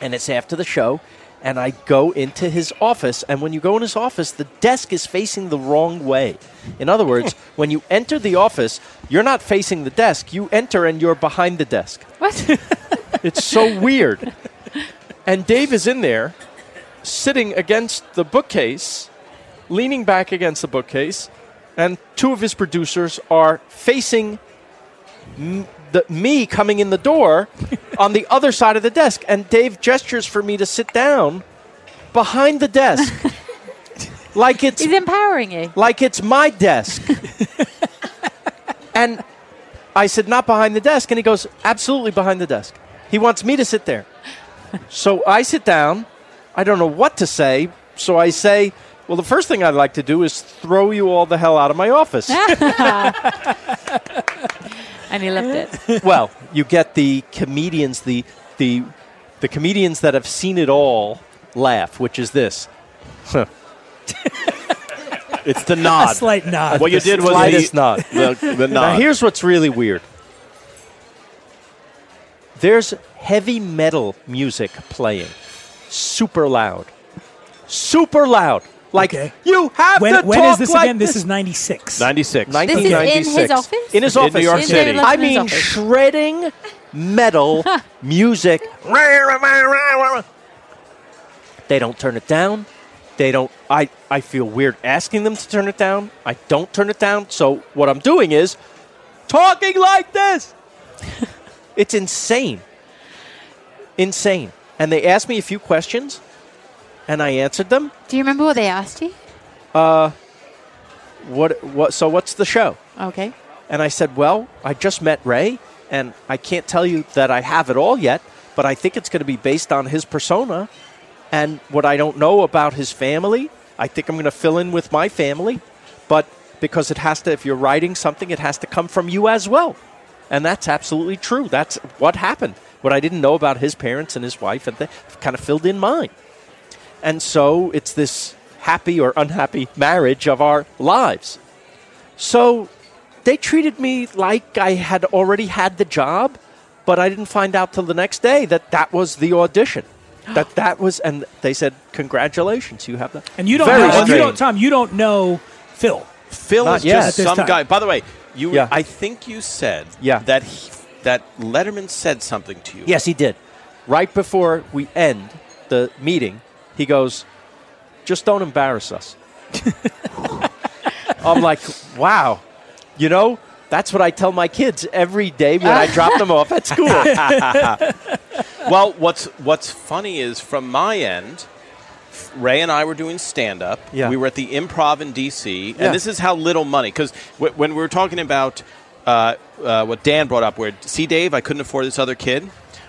I: and it's after the show. And I go into his office, and when you go in his office, the desk is facing the wrong way. In other words, when you enter the office, you're not facing the desk. You enter and you're behind the desk.
F: What?
I: It's so weird. And Dave is in there, sitting against the bookcase, leaning back against the bookcase, and two of his producers are facing m- the, me coming in the door on the other side of the desk. And Dave gestures for me to sit down behind the desk. like it's
F: He's empowering you.
I: like it's my desk. and I said, not behind the desk. And he goes, absolutely behind the desk. He wants me to sit there. So I sit down. I don't know what to say. So I say, well, the first thing I'd like to do is throw you all the hell out of my office.
F: And he loved it.
I: well, you get the comedians, the the the comedians that have seen it all laugh, which is this.
J: It's
I: <laughs>
J: the
H: a
J: nod.
H: slight nod.
J: What you
I: The
J: did was
I: slightest
J: the,
I: nod.
J: the, the
I: Now,
J: nod.
I: here's what's really weird. There's heavy metal music playing, super loud, super loud. Like
H: Okay.
I: you have
H: when
I: to
H: when
I: talk
H: is this
I: like
H: again? This, is '96.
J: 96.
I: Nin-
F: This is in his
I: 1996.
F: office?
I: in his
J: In New
I: office.
J: York
F: In City. David
I: I
F: Letterman's
I: mean,
F: office.
I: shredding metal music. they don't turn it down. They don't. I, I feel weird asking them to turn it down. I don't turn it down. So what I'm doing is talking like this. it's insane. Insane. And they asked me a few questions, and I answered them.
F: Do you remember what they asked you?
I: What, what, so what's the show?
F: Okay.
I: And I said, Well, I just met Ray, and I can't tell you that I have it all yet, but I think it's going to be based on his persona and what I don't know about his family. I think I'm going to fill in with my family, but because it has to, if you're writing something, it has to come from you as well. And that's absolutely true. That's what happened. What I didn't know about his parents and his wife, and they kind of filled in mine. And so it's this happy or unhappy marriage of our lives. So they treated me like I had already had the job, but I didn't find out till the next day that that was the audition.
H: <gasps>
I: That that was, and they said, "Congratulations, you have that."
H: and you don't,
I: Very
H: know, you
I: strange.
H: don't, Tom. You don't know Phil.
J: Phil
I: Not
J: is
I: yet.
J: just
H: At this
J: some
H: time.
J: guy. By the way, you.
I: Yeah.
J: I think you said
I: Yeah.
J: that he, that Letterman said something to you.
I: Yes, he did. Right before we end, the meeting, he goes, "Just don't embarrass
J: <laughs>
I: us." I'm like, "Wow, you know." That's what I tell my kids every day when I drop them off at
J: <laughs>
I: school.
J: well, what's what's funny is from my end, Ray and I were doing stand up.
I: Yeah.
J: We were at the Improv in DC,
I: Yeah.
J: and this is how little money. Because w- when we were talking about uh, uh, what Dan brought up, where see Dave, I couldn't afford this other kid. I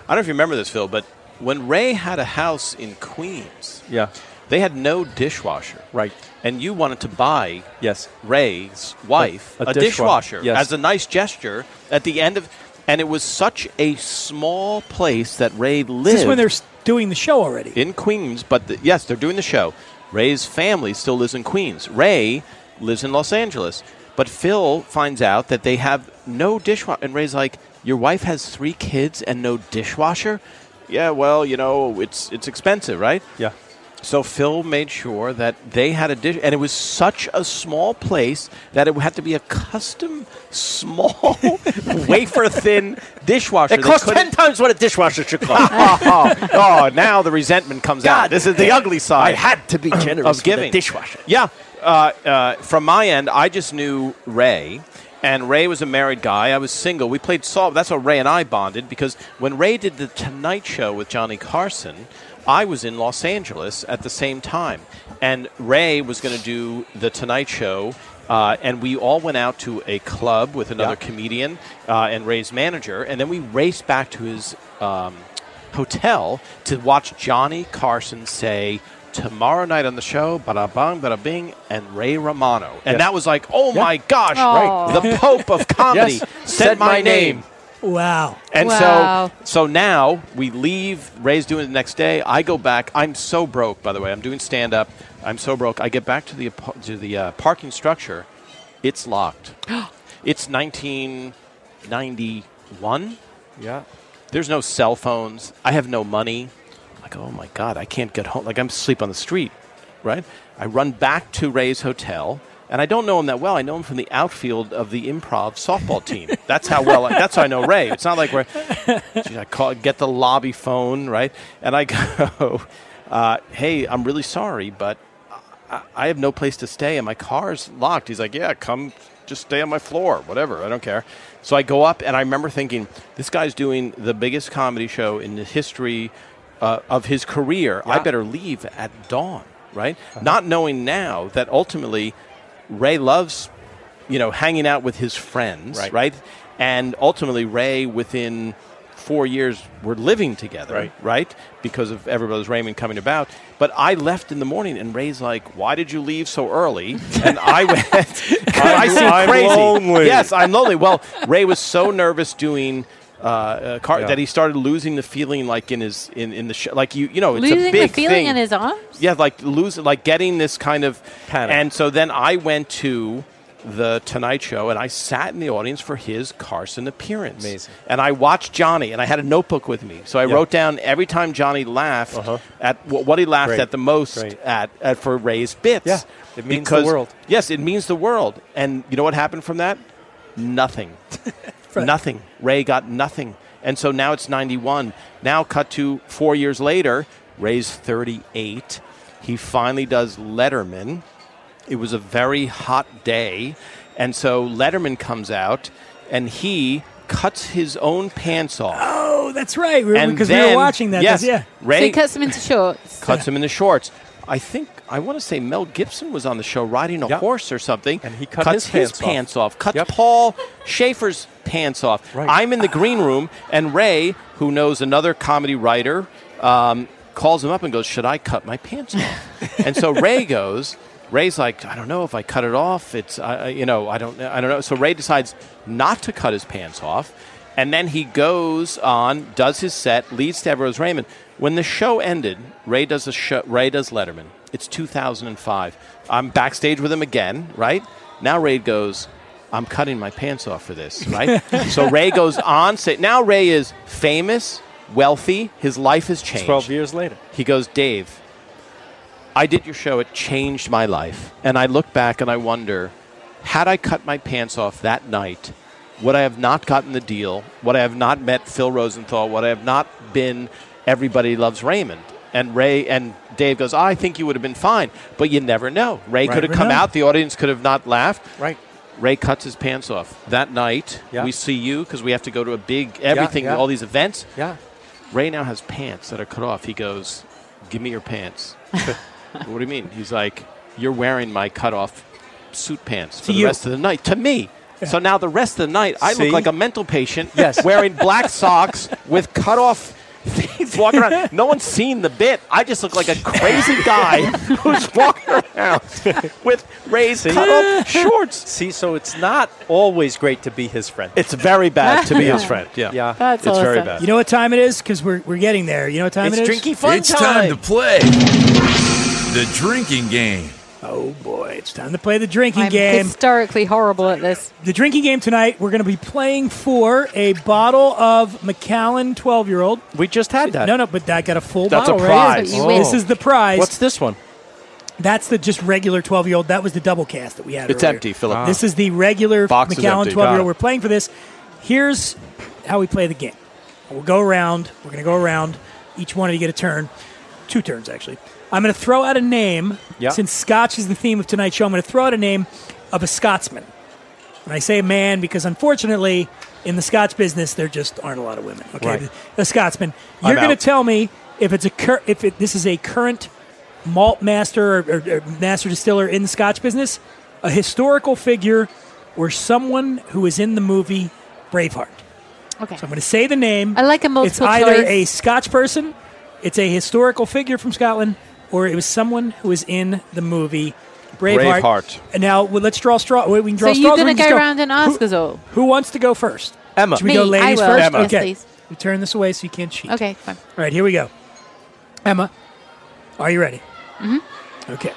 J: don't know if you remember this, Phil, but when Ray had a house in Queens,
I: Yeah.
J: they had no dishwasher,
I: Right.
J: And you wanted to buy
I: Yes.
J: Ray's wife
I: A-
J: a,
I: a
J: dishwasher,
I: dishwasher, yes.
J: as a nice gesture at the end of. And it was such a small place that Ray lived
H: This is when they're s- doing the show already.
J: in Queens, but the, yes, they're doing the show. Ray's family still lives in Queens. Ray lives in Los Angeles, but Phil finds out that they have no dishwasher, and Ray's like, "Your wife has three kids and no dishwasher." Yeah, well, you know, it's it's expensive, right?
I: Yeah.
J: So Phil made sure that they had a dish, and it was such a small place that it had to be a custom,
I: <laughs>
J: small, wafer thin dishwasher.
I: It costs
J: They
I: ten
J: couldn't-
I: times what a dishwasher should cost.
J: oh, oh, <laughs> oh, now the resentment comes out.
I: God,
J: This is the ugly
I: <laughs>
J: side.
I: <clears throat> I had to be generous
J: of giving.
I: With a dishwasher.
J: Yeah. Uh, uh, from my end, I just knew Ray, and Ray was a married guy. I was single. We played solve. That's how Ray and I bonded because when Ray did the Tonight Show with Johnny Carson, I was in Los Angeles at the same time, and Ray was going to do the Tonight Show. Uh, and we all went out to a club with another comedian uh, and Ray's manager, and then we raced back to his um, hotel to watch Johnny Carson say tomorrow night on the show bada bang bada bing and Ray Romano. And that was like, oh my gosh,
F: Aw.
J: the Pope <laughs> of comedy
I: Yes.
J: said, my, name.
H: Wow.
J: And
F: Wow.
J: so so now we leave, Ray's doing it the next day. I go back. I'm so broke by the way. I'm doing stand up. I'm so broke. I get back to the ap- to the uh, parking structure. It's
F: <gasps>
J: locked. it's 1991.
I: Yeah.
J: There's no cell phones. I have no money. Like, oh my God, I can't get home. Like, I'm asleep on the street, right? I run back to Ray's hotel, and I don't know him that well. I know him from the outfield of the improv softball team. That's how well, I, that's how I know Ray. It's not like we're, Jeez, I call, get the lobby phone, right? And I <laughs> go, uh, hey, I'm really sorry, but I, I have no place to stay, and my car's locked. He's like, yeah, come just stay on my floor, whatever, I don't care. So I go up, and I remember thinking, this guy's doing the biggest comedy show in the history uh, of his career. I better leave at dawn, right? Not knowing now that ultimately Ray loves you know, hanging out with his friends, right?
I: Right.
J: And ultimately, Ray, within four years, were living together,
I: Right.
J: Because of everybody's Raymond coming about. But I left in the morning, and Ray's like, "Why did you leave so
I: <laughs>
J: early?" And I went, <laughs> "I seem
I: I'm
J: crazy."
I: lonely.
J: Yes, I'm lonely. Well, Ray was so nervous doing. Uh, uh, car- That he started losing the feeling, like in his in in the show, like you you know, it's a
F: Losing the
J: big
F: feeling
J: thing.
F: in his arms?
J: Yeah, like lose, like getting this kind of
I: Panic.
J: And so then I went to the Tonight Show and I sat in the audience for his Carson appearance.
I: Amazing.
J: And I watched Johnny, and I had a notebook with me, so I
I: Yeah.
J: wrote down every time Johnny laughed
I: Uh-huh.
J: at wh- what he laughed
I: Great.
J: at the most
I: Great.
J: at, at for Ray's bits.
I: Yeah. It means the
J: Because-
I: world.
J: Yes, it means the world. And you know what happened from that? Nothing. Nothing. Ray got nothing. And so now it's 91. Now, cut to four years later, Ray's 38. He finally does Letterman. It was a very hot day. And so Letterman comes out and he cuts his own pants off.
H: Oh, that's right. We were-
J: and
H: Because we were
J: then-
H: watching that.
J: Yes,
H: Yeah.
J: Ray
F: So he cuts them into
J: <laughs>
F: shorts.
J: cuts him in the shorts. I think I want to say Mel Gibson was on the show riding a
I: Yep.
J: horse or something,
I: And he cut
J: cuts
I: his
J: his,
I: pants off.
J: pants off. Cuts
I: Yep.
J: Paul Schaefer's pants off.
I: Right.
J: I'm in the green room, and Ray, who knows another comedy writer, um, calls him up and goes, "Should I cut my pants off?"
I: <laughs>
J: and so Ray goes. Ray's like, I don't know if I cut it off. It's, I, I- you know, I don't, I don't know. So Ray decides not to cut his pants off, and then he goes on, does his set, leads to Everose Raymond. When the show ended, Ray does a show, Ray does Letterman. It's 2005. I'm backstage with him again, right? Now Ray goes, I'm cutting my pants off for this, right? so Ray goes on. Say, now Ray is famous, wealthy. His life has changed.
I: Twelve years later.
J: He goes, Dave, I did your show. It changed my life. And I look back and I wonder, had I cut my pants off that night, would I have not gotten the deal? Would I have not met Phil Rosenthal? Would I have not been Everybody Loves Raymond? And Ray and Dave goes, I think you would have been fine, but you never know. Ray
I: Right.
J: could have
I: Never
J: come
I: know.
J: out, the audience could have not laughed.
I: Right.
J: Ray cuts his pants off. That night,
I: Yeah.
J: we see you because we have to go to a big everything,
I: yeah.
J: all these events.
I: Yeah.
J: Ray now has pants that are cut off. He goes, Give me
I: <laughs>
J: your pants. what do you mean? He's like, You're wearing my cut off suit pants for
I: To
J: the
I: you.
J: rest of the night. To me. So now the rest of the night, I
I: See?
J: look like a mental patient
I: Yes.
J: wearing black socks with cut off
I: <laughs>
J: things walking around. No one's seen the bit. I just look like a crazy
I: <laughs>
J: guy who's walking around with Ray's cut
H: Eh.
J: off shorts.
I: See, so it's not always great to be his friend.
J: It's very bad to be
H: <laughs>
J: his
I: Yeah.
J: friend. Yeah.
I: Yeah.
F: That's
J: it's very
F: awesome.
J: bad.
H: You know what time it is? Because we're, we're getting there. You know what time
I: It's
H: it is?
I: drinky fun
E: it's time to play the drinking game.
H: Oh boy, it's time to play the drinking
F: I'm
H: game.
F: historically horrible at this.
H: The drinking game tonight, we're going to be playing for a bottle of McAllen 12 year old.
I: we just had that.
H: No, no, but that got a full
J: That's a
H: bottle,
J: prize.
H: right?
F: That's what you win.
H: This is the prize.
I: What's this one?
H: That's the just regular 12 year old. That was the double cast that we had.
J: It's
H: earlier.
J: empty, Philip.
H: This is the regular
J: Box is
H: McAllen 12 year
J: empty. Got it.
H: old. We're playing for this. Here's how we play the game. We'll go around. We're going to go around. Each one of you get a turn. Two turns, actually. I'm going to throw out a name.
I: Yeah.
H: Since Scotch is the theme of tonight's show, I'm going to throw out a name of a Scotsman. And I say man because, unfortunately, in the Scotch business, there just aren't a lot of women. Okay,
I: Right.
H: a Scotsman.
J: I'm
H: You're going to
J: out.
H: tell me if it's a cur- if it, this is a current malt master or, or, or master distiller in the Scotch business, a historical figure, or someone who is in the movie Braveheart.
F: Okay.
H: I'm going to say the name.
F: I like a
H: it's
F: multiple
H: either
F: choice.
H: a Scotch person, it's a historical figure from Scotland, or it was someone who was in the movie Braveheart.
J: Braveheart.
H: And now well, let's draw straw. Wait, we can
F: so
H: draw
F: you're
H: straws. or
F: going
H: we
F: to
H: can just
F: go around and ask us all.
H: Who wants to go first?
I: Emma.
H: Should we
F: Me,
H: go ladies
F: I will.
H: first?
F: Emma. Yes,
H: okay.
F: please.
H: We turn this away so you can't cheat.
F: Okay, fine.
H: All right, here we go. Emma, are you ready? Mm-hmm. Okay.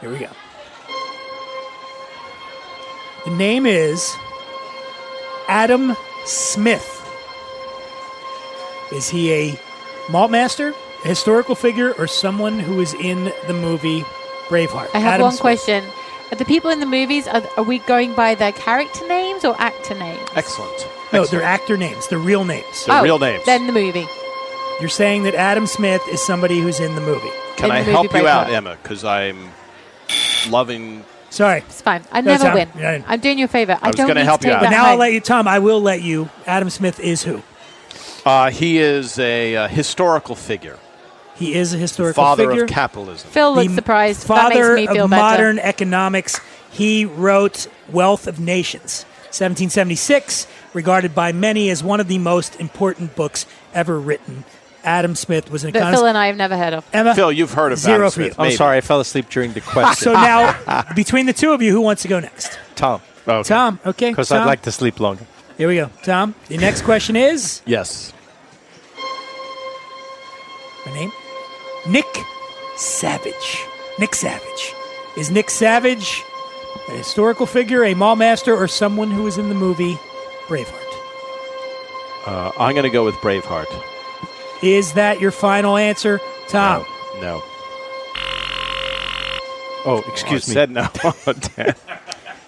H: Here we go. The name is Adam Smith. Is he a malt master, a historical figure, or someone who is in the movie Braveheart?
F: I have
H: Adam
F: one
H: Smith.
F: question. Are the people in the movies, are, are we going by their character names or actor names? Oh,
J: Excellent.
H: No, they're actor names, they're real
F: Ah.
H: names.
J: They're real names.
F: Then the movie.
H: You're saying that Adam Smith is somebody who's in the movie.
J: Can
F: in
J: I
F: the movie
J: help you out,
F: Braveheart.
J: Emma? Because I'm loving.
H: Sorry.
F: It's fine. I
H: No,
F: never
H: Tom,
F: win.
H: you're not in.
F: I'm doing you a favor. I,
J: was
F: don't
J: gonna
F: need
J: help
F: to
J: you
F: take
J: out.
H: But
F: that
H: now I'll
F: home.
H: let you, Tom. I will let you. Adam Smith is who?
J: Uh, he is a uh, historical figure,
H: He is a historical
J: father
H: figure.
J: of capitalism.
F: Phil
H: The
F: looks surprised.
H: Father
F: that makes me feel
H: of
F: better.
H: modern economics. He wrote Wealth of Nations, 1776, regarded by many as one of the most important books ever written. Adam Smith was an
F: that Phil
H: economist.
F: and I have never heard of.
H: Emma,
J: Phil, you've heard of
H: Zero
J: Adam
H: for you.
J: Smith.
H: I'm
I: I'm
J: maybe.
I: sorry, I fell asleep during the question.
H: so now between the two of you, who wants to go next?
I: Tom,
H: Tom. Okay.
I: because
H: Tom.
I: Oh, I'd like to sleep longer.
H: Here we go. Tom. The next question is
J: Yes.
H: her name? Nick Savage. Nick Savage. Is Nick Savage a historical figure, a mall master, or someone who was in the movie Braveheart?
J: Uh, I'm going to go with Braveheart.
H: Is that your final answer, Tom?
J: No.
I: Oh,
J: I
I: excuse me.
J: said no. <laughs> Oh, damn.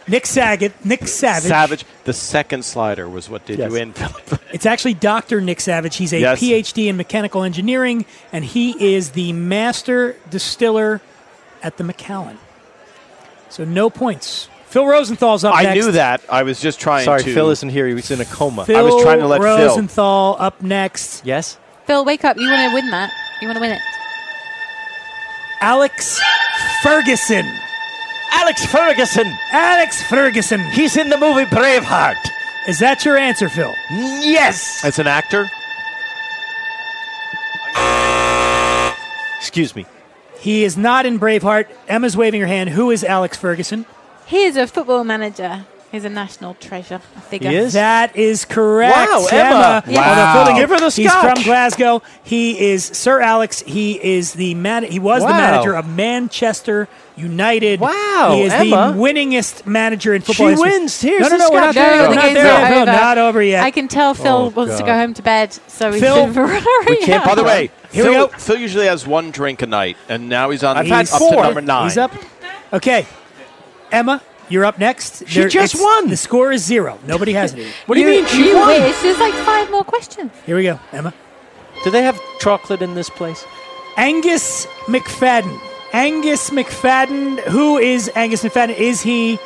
H: Nick Saget, Nick Savage.
J: Savage. The second slider was what did
I: Yes.
J: you
H: <laughs>
J: in, Philip?
H: It's actually Dr. Nick Savage. He's a
J: Yes.
H: PhD in mechanical engineering, and he is the master distiller at the McAllen. So no points. Phil Rosenthal's up
J: I
H: next.
J: knew that. I was just trying
I: Sorry,
J: to.
I: Phil isn't here. He was in a coma.
H: Phil
J: I was trying to let Phil-
H: Rosenthal up next.
I: yes?
F: Phil, wake up. You want to win that. You want to win it.
H: Alex Ferguson.
I: Alex Ferguson.
H: Alex Ferguson.
I: He's in the movie Braveheart.
H: Is that your answer, Phil?
I: Yes.
J: As an actor?
I: Excuse me.
H: He is not in Braveheart. Emma's waving her hand. Who is Alex Ferguson?
F: He is a football manager. He's a national treasure. I think
I: He is?
H: That is correct.
I: Wow,
H: Emma.
I: Emma.
H: Although Phil didn't
I: Give her the
H: He's
I: scotch.
H: from Glasgow. He is Sir Alex. He is the man. He was the
I: Wow.
H: manager of Manchester United.
I: Wow,
H: He is
I: Emma.
H: the winningest manager in football.
I: She
H: history.
I: wins. Here's
H: no, no,
I: the
H: no, we're not
I: scotch.
H: there.
I: No,
H: yet.
I: the
H: not
I: game's
H: there.
I: not
H: Phil, not over yet.
F: I can tell Phil
I: Oh,
F: wants to
I: God.
F: go home to bed, so he's
H: Phil,
F: been for
J: We can't. By the way,
H: Here we
J: Phil,
H: go.
J: Phil usually has one drink a night, and now he's on
I: I've
J: he's
I: had
J: up to
I: four.
J: number nine.
H: He's up. Okay. Emma, you're up next.
I: She just
H: it's-
I: won.
H: The score is zero. Nobody has it.
I: <laughs> What do you mean? She
F: you
I: won.
F: wish. There's like five more questions.
H: Here we go, Emma.
I: Do they have chocolate in this place?
H: Angus McFadden. Angus McFadden. Who is Angus McFadden? Is he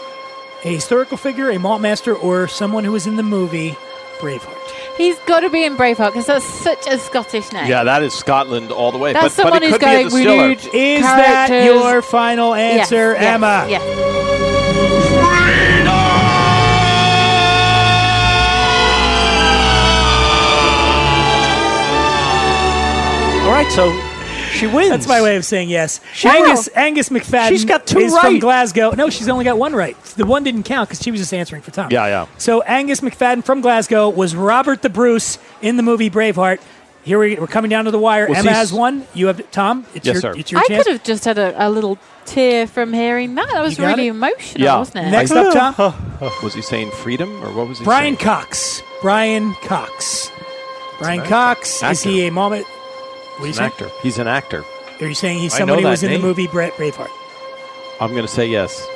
H: a historical figure, a malt master, or someone who was in the movie Braveheart?
F: He's got to be in Braveheart because that's such a Scottish name.
J: Yeah, that is Scotland all the way.
F: That's
J: but,
F: someone
J: but it
F: who's
J: could be
F: going,
J: a
F: we
J: distiller.
F: need
H: Is that your final answer,
F: yes,
H: Emma?
F: Yes.
I: All right, so she wins.
H: That's my way of saying yes.
I: She-
H: Angus Angus McFadden.
I: She's got two
H: is from
I: right.
H: Glasgow. No, she's only got one right. The one didn't count because she was just answering for Tom.
J: Yeah, yeah.
H: So Angus McFadden from Glasgow was Robert the Bruce in the movie Braveheart. Here we, we're coming down to the wire.
J: Was
H: Emma
J: he-
H: has one. You have Tom. It's
J: Yes,
H: your,
J: sir.
H: It's your
F: I
H: chance.
F: could have just had a, a little tear from hearing that. That was
H: You got
F: really
H: it?
F: emotional,
J: Yeah.
F: wasn't it?
H: Next up, Tom.
J: Was he saying freedom or what was he
H: Brian
J: saying?
H: Cox. Brian Cox. Brian Cox. Is
J: Actor.
H: he a moment? What are you
J: He's an
H: saying?
J: actor. He's an actor.
H: Are you saying he's
J: I know
H: somebody who
J: that
H: was in
J: name.
H: the movie Bra- Braveheart?
J: I'm going to say yes.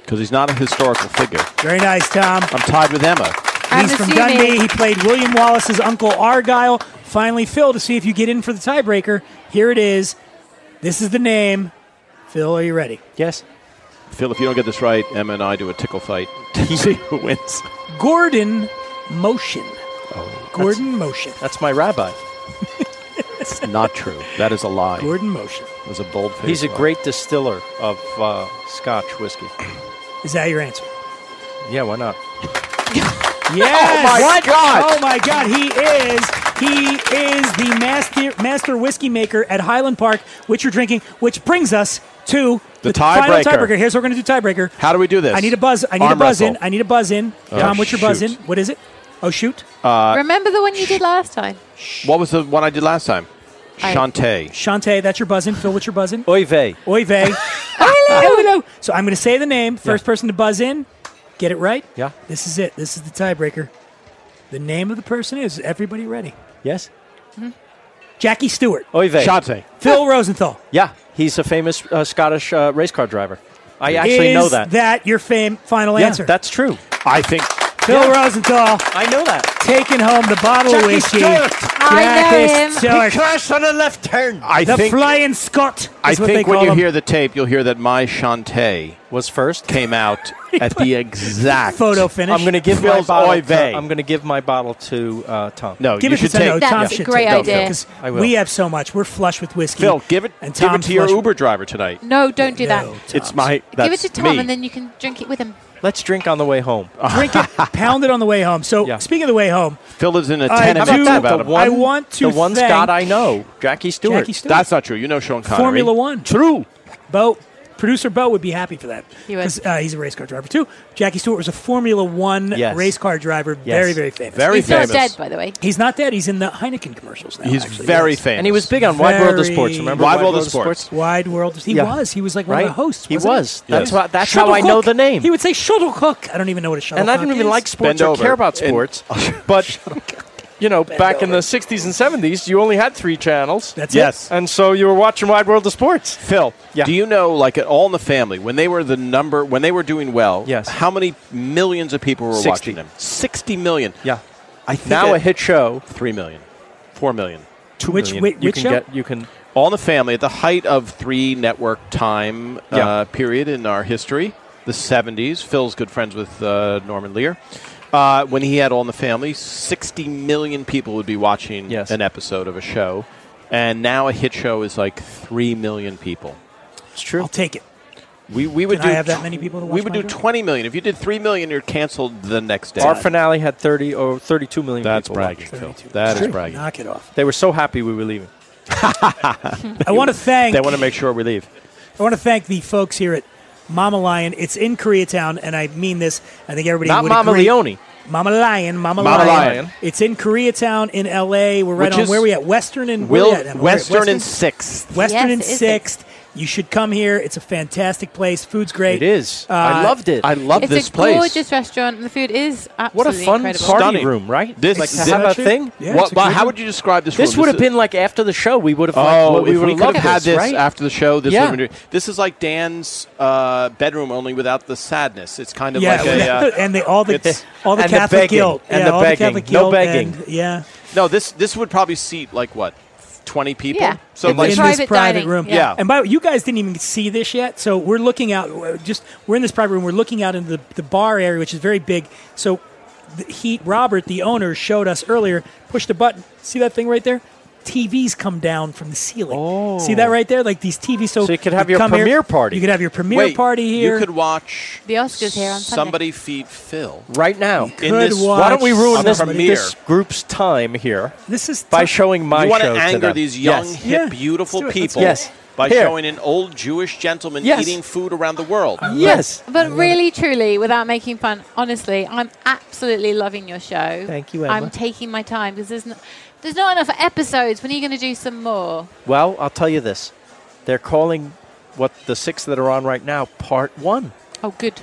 J: Because he's not a historical figure.
H: Very nice, Tom.
J: I'm tied with Emma.
F: I'm
H: He's from
F: assuming-
H: Dundee. He played William Wallace's uncle Argyle. Finally, Phil, to see if you get in for the tiebreaker. Here it is. This is the name. Phil, are you ready?
I: yes.
J: Phil, if you don't get this right, Emma and I do a tickle fight. See who wins.
H: Gordon Motion.
J: Oh,
H: Gordon Motion.
I: That's my rabbi.
J: Not true. That is a lie.
H: Gordon Motion.
J: It was a bold face.
I: He's a
J: lie.
I: great distiller of uh, Scotch whiskey.
H: Is that your
J: <laughs>
H: answer?
I: Yeah, why not?
H: Yes.
J: Oh my What? God.
H: Oh my God. He is. He is the master master whiskey maker at Highland Park, which you're drinking, which brings us to
J: The
H: final
J: tiebreaker.
H: tiebreaker. Here's what we're gonna do tiebreaker.
J: How do we do this?
H: I need a buzz. I need
J: Arm
H: a buzz in.
J: wrestle.
H: I need a buzz in.
J: Oh,
H: Tom, what's your buzz in?
J: shoot.
H: What is it? Oh shoot.
F: Remember the one you did last time?
J: What was the one I did last time?
F: I-
J: Shantae.
H: Shantae, that's your buzz in. Phil, what's your buzz
J: Oh.
H: in?
I: Oy vey.
H: Oy
J: <laughs>
H: vey. Hello. Hello. So I'm going to say the name. First person to buzz in, get it right.
I: Yeah.
H: This is it. This is the tiebreaker. The name of the person is everybody ready?
I: Yes.
H: Jackie Stewart.
J: Oh,
I: Oy vey.
J: Shantae.
H: Phil Rosenthal.
I: Yeah, he's a famous uh, Scottish uh, race car driver. I actually
H: is
I: know that.
H: that your fame final
I: yeah,
H: answer?
I: that's true.
J: I think.
H: Phil Rosenthal
I: I know that.
H: taking home the bottle of
I: Jackie
H: whiskey.
I: Stewart.
F: I know
H: Jackie
F: him.
H: Stewart.
I: crashed on a left turn.
J: I
H: The
J: think.
H: flying Scot. Is
J: I
H: what they
J: think when
H: call
J: you
H: him.
J: hear the tape, you'll hear that my Shantae
I: was first.
H: <laughs>
J: came out at the exact
H: photo finish.
I: I'm going to give
J: Phil's
I: my
J: oy
I: bottle.
J: vey.
I: To, I'm going to give my bottle to uh, Tom.
J: No,
H: Give
J: you
H: it to
J: should
H: Tom.
J: take.
H: No,
F: That's
H: Tom
F: a
H: should
F: great
H: take it,
F: idea.
H: Phil, 'cause
I: I will.
H: We have so much. We're flush with whiskey.
J: Phil, give it.
H: And
J: give it
H: Tom's
J: to
I: <laughs>
J: your
H: flush-
J: Uber driver tonight.
F: No, don't do that.
H: No,
J: It's
H: Tom's.
J: my. That's
F: Give it to Tom
J: me.
F: and then you can drink it with him.
I: Let's drink on the way home.
H: Drink it, pound it on the way home. So
I: Yeah.
H: speaking of the way home,
J: Phil lives in a
H: I
J: tenement.
H: do-
J: It's
H: How
J: about
H: the
J: him.
H: one- I want to
I: The one
H: thank-
I: Scott I know, Jackie Stewart.
H: Jackie Stewart.
J: That's not true. You know Sean Connery.
H: Formula One.
J: True.
H: Bo, producer Bo would be happy for that.
F: He would.
H: 'Cause, Uh, he's a race car driver too. Jackie Stewart was a Formula One
I: Yes.
H: race car driver,
I: Yes.
H: very very famous.
J: Very
F: He's
J: famous.
F: not dead, by the way.
H: He's not dead. He's in the Heineken commercials now.
J: He's
H: actually.
J: very
H: Yes.
J: famous.
I: And he was big on Wide World of
H: Very-
I: Sports. Remember
J: Wide World of Sports.
H: Wide World. He
I: Yeah.
H: was. He was like one
I: Right?
H: of the hosts.
I: He
H: wasn't
I: was. That's
J: Yes.
I: why. That's how I know
H: Shuttlecock.
I: the name.
H: He would say shuttlecock. I don't even know what a shuttlecock
I: and I didn't even
H: is.
I: like sports
J: Bend
I: or
J: over
I: care about
J: and- <laughs> Oh,
I: sports. but you know, back in the '60s and '70s, you only had three channels,
H: That's
J: Yes.
I: and so you were watching Wide World of Sports.
J: Phil,
I: Yeah.
J: do you know, like at All in the Family, when they were the number, when they were doing well,
I: Yes.
J: how many millions of people were
I: 60.
J: watching them? 60 million.
I: Yeah.
J: I think
I: Now
J: it-
I: a hit show.
J: 3 million, 4 million.
H: it. Which
I: million.
H: which,
I: you
H: which
I: can
H: show?
I: get. You can.
J: All in the Family, at the height of three network time
I: Yeah.
J: uh, period in our history, the 70s, Phil's good friends with uh, Norman Lear. Uh, when he had All in the Family, 60 million people would be watching
I: Yes.
J: an episode of a show. And now a hit show is like 3 million people.
I: It's true.
H: I'll take it.
J: We, we would
H: Can I
J: do
H: have that
J: tw-
H: many people to
J: We
H: watch
J: would
H: my
J: do
H: show?
J: 20 million. If you did 3 million, you're canceled the next day.
I: Our finale had 30 or 32 million.
J: That's
I: people watch.
J: bragging, Phil.
H: 32.
J: That is
H: Sure.
J: bragging.
H: Knock it
I: <laughs>
H: off.
I: They were so happy we were leaving.
H: I want to thank.
I: They want to make sure we leave.
H: I want to thank the folks here at Mama Lion. It's in Koreatown, and I mean this. I think everybody
I: Not
H: would
I: Mama
H: agree.
I: Leone.
H: Mama Lion, Mama,
J: Mama
H: Lion.
J: Lion.
H: It's in Koreatown in LA. We're right
J: Which
H: on
J: is-
H: where are we at Western and where are
J: Will
H: we at, Emma? We're at
J: Western and Sixth.
H: Western
F: Yes,
H: and
F: it is
H: Sixth. You should come here. It's a fantastic place. Food's great.
I: It is.
H: Uh,
I: I loved it.
J: I love
F: it's
J: this
F: a
J: place.
F: gorgeous restaurant, and the food is
I: what a
F: absolutely
I: fun
F: incredible.
I: party
J: Stunning.
I: room, right?
J: This-
I: like,
J: Is
I: to have
H: that
I: a
H: true?
I: thing.
H: Yeah,
J: What-
H: it's a
J: well,
H: good
J: how
H: room.
J: would you describe this?
I: This
J: room?
I: would have been like after the show. We would have.
J: Oh,
I: like, we
J: if
I: would
J: we
I: have
J: could
I: loved
J: have had this
I: right?
J: after the show, this
I: Yeah.
J: would have been. This is like Dan's uh, bedroom, only without the sadness. It's kind of
H: yeah,
J: like a.
H: <laughs>
J: Uh,
H: and the, all the
J: it's-
H: all the
I: and the
H: Catholic
I: begging.
H: guilt
I: And
H: yeah,
I: the
H: all
I: begging.
H: the Catholic
I: No
H: guilt
I: begging.
H: and- yeah,
J: no, this this would probably seat like what 20 people.
H: Yeah.
J: So
H: in
J: like
H: this, private room.
J: Yeah.
H: And by the way, you guys didn't even see this yet. So we're looking out. Just we're in this private room. We're looking out into the, the bar area, which is very big. So the, he, Robert, the owner, showed us earlier. Pushed a button. See that thing right there? TVs come down from the ceiling. Oh. See that right there? Like these TVs. So,
J: So you could have your
H: come here-
J: premiere party.
H: You could have your premiere
J: Wait,
H: party
J: you
H: here.
J: could watch
F: The Oscars here on Sunday.
J: Somebody feed Phil.
I: right now.
J: In this,
I: why don't we ruin this,
J: premiere?
I: this group's time here?
H: This is
I: by showing my
J: you want
I: show
J: to anger
I: them.
J: these young,
I: Yes.
J: hip, beautiful
I: Let's do it.
J: people
I: Yes.
J: by
I: Here.
J: showing an old Jewish gentleman
I: Yes.
J: eating food around the world.
I: Yes.
F: But really, truly, without making fun, honestly, I'm absolutely loving your show.
I: Thank you, Emma.
F: I'm taking my time because there's, n- there's not enough episodes. When are you going to do some more?
I: Well, I'll tell you this. They're calling what the six that are on right now part one.
F: Oh, good.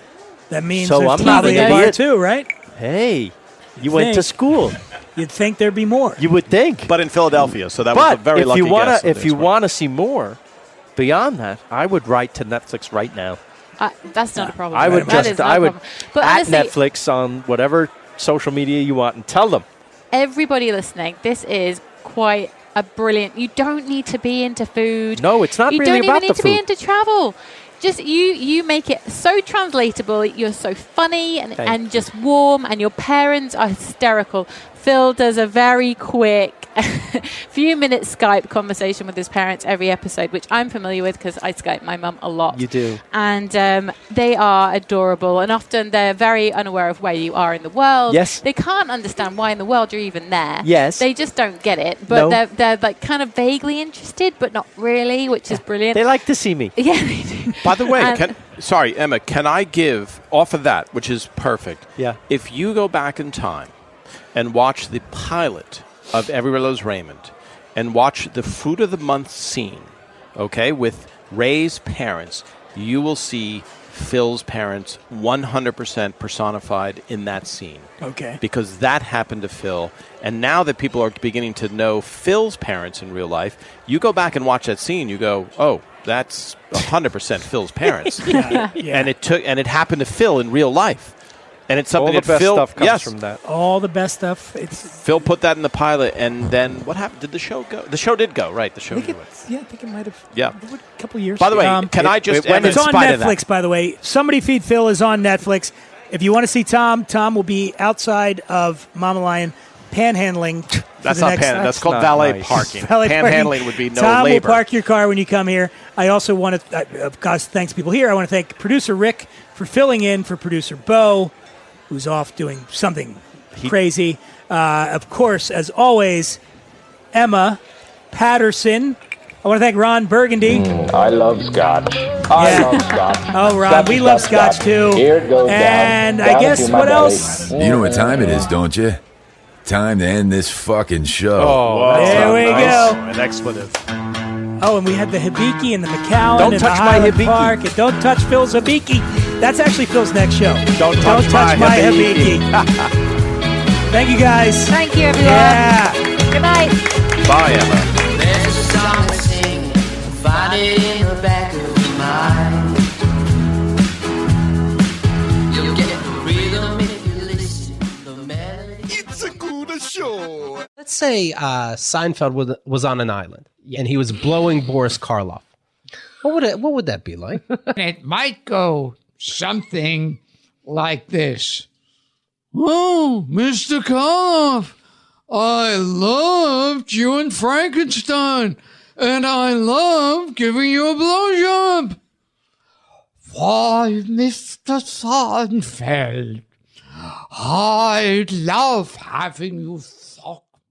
H: that means
I: So
H: there's
I: I'm not
H: probably
I: an
H: a bar
I: idiot.
H: too, right?
I: Hey, you
H: You'd
I: went to
H: think.
I: school.
H: You'd think there'd be more.
I: You would think.
J: But in Philadelphia, so that was
I: but
J: a very
I: if
J: lucky
I: you wanna,
J: guess. on
I: if
J: this
I: you
J: one.
I: want to see more beyond that, I would write to Netflix right now.
F: Uh, that's not a problem.
I: I would
F: That is
I: just,
F: not
I: I
F: a
I: would
F: problem. But
I: at
F: honestly,
I: Netflix on whatever social media you want and tell them.
F: everybody listening, this is quite a brilliant. You don't need to be into food.
I: No, it's not
F: you
I: really
F: don't
I: about
F: even need
I: the
F: to be
I: food.
F: into travel. Just you, you make it so translatable. You're so funny and,
I: Thank
F: and just warm, and your parents are hysterical. Phil does a very quick, <laughs> few minute Skype conversation with his parents every episode, which I'm familiar with because I Skype my mum a lot.
I: You do.
F: and um, they are adorable. And often they're very unaware of where you are in the world.
I: Yes.
F: they can't understand why in the world you're even there.
I: Yes.
F: they just don't get it. But
I: No.
F: they're they're like kind of vaguely interested, but not really, which is brilliant.
I: They like to see me.
F: <laughs> yeah, they do.
J: By
I: <laughs>
J: the way,
I: Uh,
F: And-
J: can, sorry, Emma, can I give off of that, which is perfect?
I: Yeah.
J: If you go back in time and watch the pilot of Everillo's Raymond and watch the Fruit of the Month scene, okay, with Ray's parents, you will see Phil's parents 100% personified in that scene.
H: Okay.
J: Because that happened to Phil. And now that people are beginning to know Phil's parents in real life, you go back and watch that scene, you go, oh, that's
H: <laughs>
J: 100% Phil's parents. And it took, and it happened to Phil in real life. And it's
I: All
J: something
I: the
J: that
I: best
J: Phil,
I: stuff comes
J: yes,
I: from that.
H: All the best stuff. It's
J: Phil put that in the pilot, and then what happened? Did the show go? The show did go, right? The show.
H: I think
J: did go.
H: it's, yeah, I think it might have.
J: Yeah.
H: A couple years.
J: By the way,
H: Um,
J: can I just?
I: it- when
J: Emma,
H: it's
J: in
H: on
J: spite of that-
H: Netflix, by the way. Somebody Feed Phil is on Netflix. If you want to see Tom, Tom will be outside of Mama Lion
J: <laughs>
H: panhandling. for
J: That's
H: the
J: not
H: next,
J: pan. That's
I: that's
J: called
I: not
J: valet
I: nice.
J: parking.
H: Valet parking.
J: Panhandling would be no
H: Tom
J: labor.
H: will park your car when you come here. I also want to, uh, of course, thanks people here. I want to thank producer Rick for filling in for producer Bo, who's off doing something crazy. Uh, of course, as always, Emma Patterson. I want to thank Ron Burgundy.
L: Mm, I love scotch. I
H: Yeah.
L: love scotch.
H: Oh, Ron,
L: Scotch,
H: we love
L: scotch,
H: scotch, too.
L: Here it goes down,
H: And
L: down
H: I guess
L: into my
H: what
L: belly.
H: else?
E: You know what time it is, don't you? Time to end this fucking show.
H: There we go.
J: An expletive.
H: Oh, and we had the Hibiki and the McAllen
I: Don't
H: and
I: touch
H: the
I: my
H: Highland
I: Hibiki.
H: Park. And don't touch Phil's Hibiki. That's actually Phil's next show.
I: Don't touch my
H: Hibiki.
I: <laughs>
H: Thank you guys.
F: Thank you, everyone.
H: yeah.
F: Good night.
J: Bye, Emma.
G: There's a song I sing, I find it in the back of my mind. You'll get the rhythm if you listen, the melody.
D: It's a good show.
M: Let's say uh, Seinfeld was, was on an island and he was blowing Boris Karloff. What would it, what would that be like?
N: it might go something like this. Oh, Mr. Koloff, I loved you and Frankenstein, and I love giving you a blowjob. Why, Mr. Seinfeld, I love having you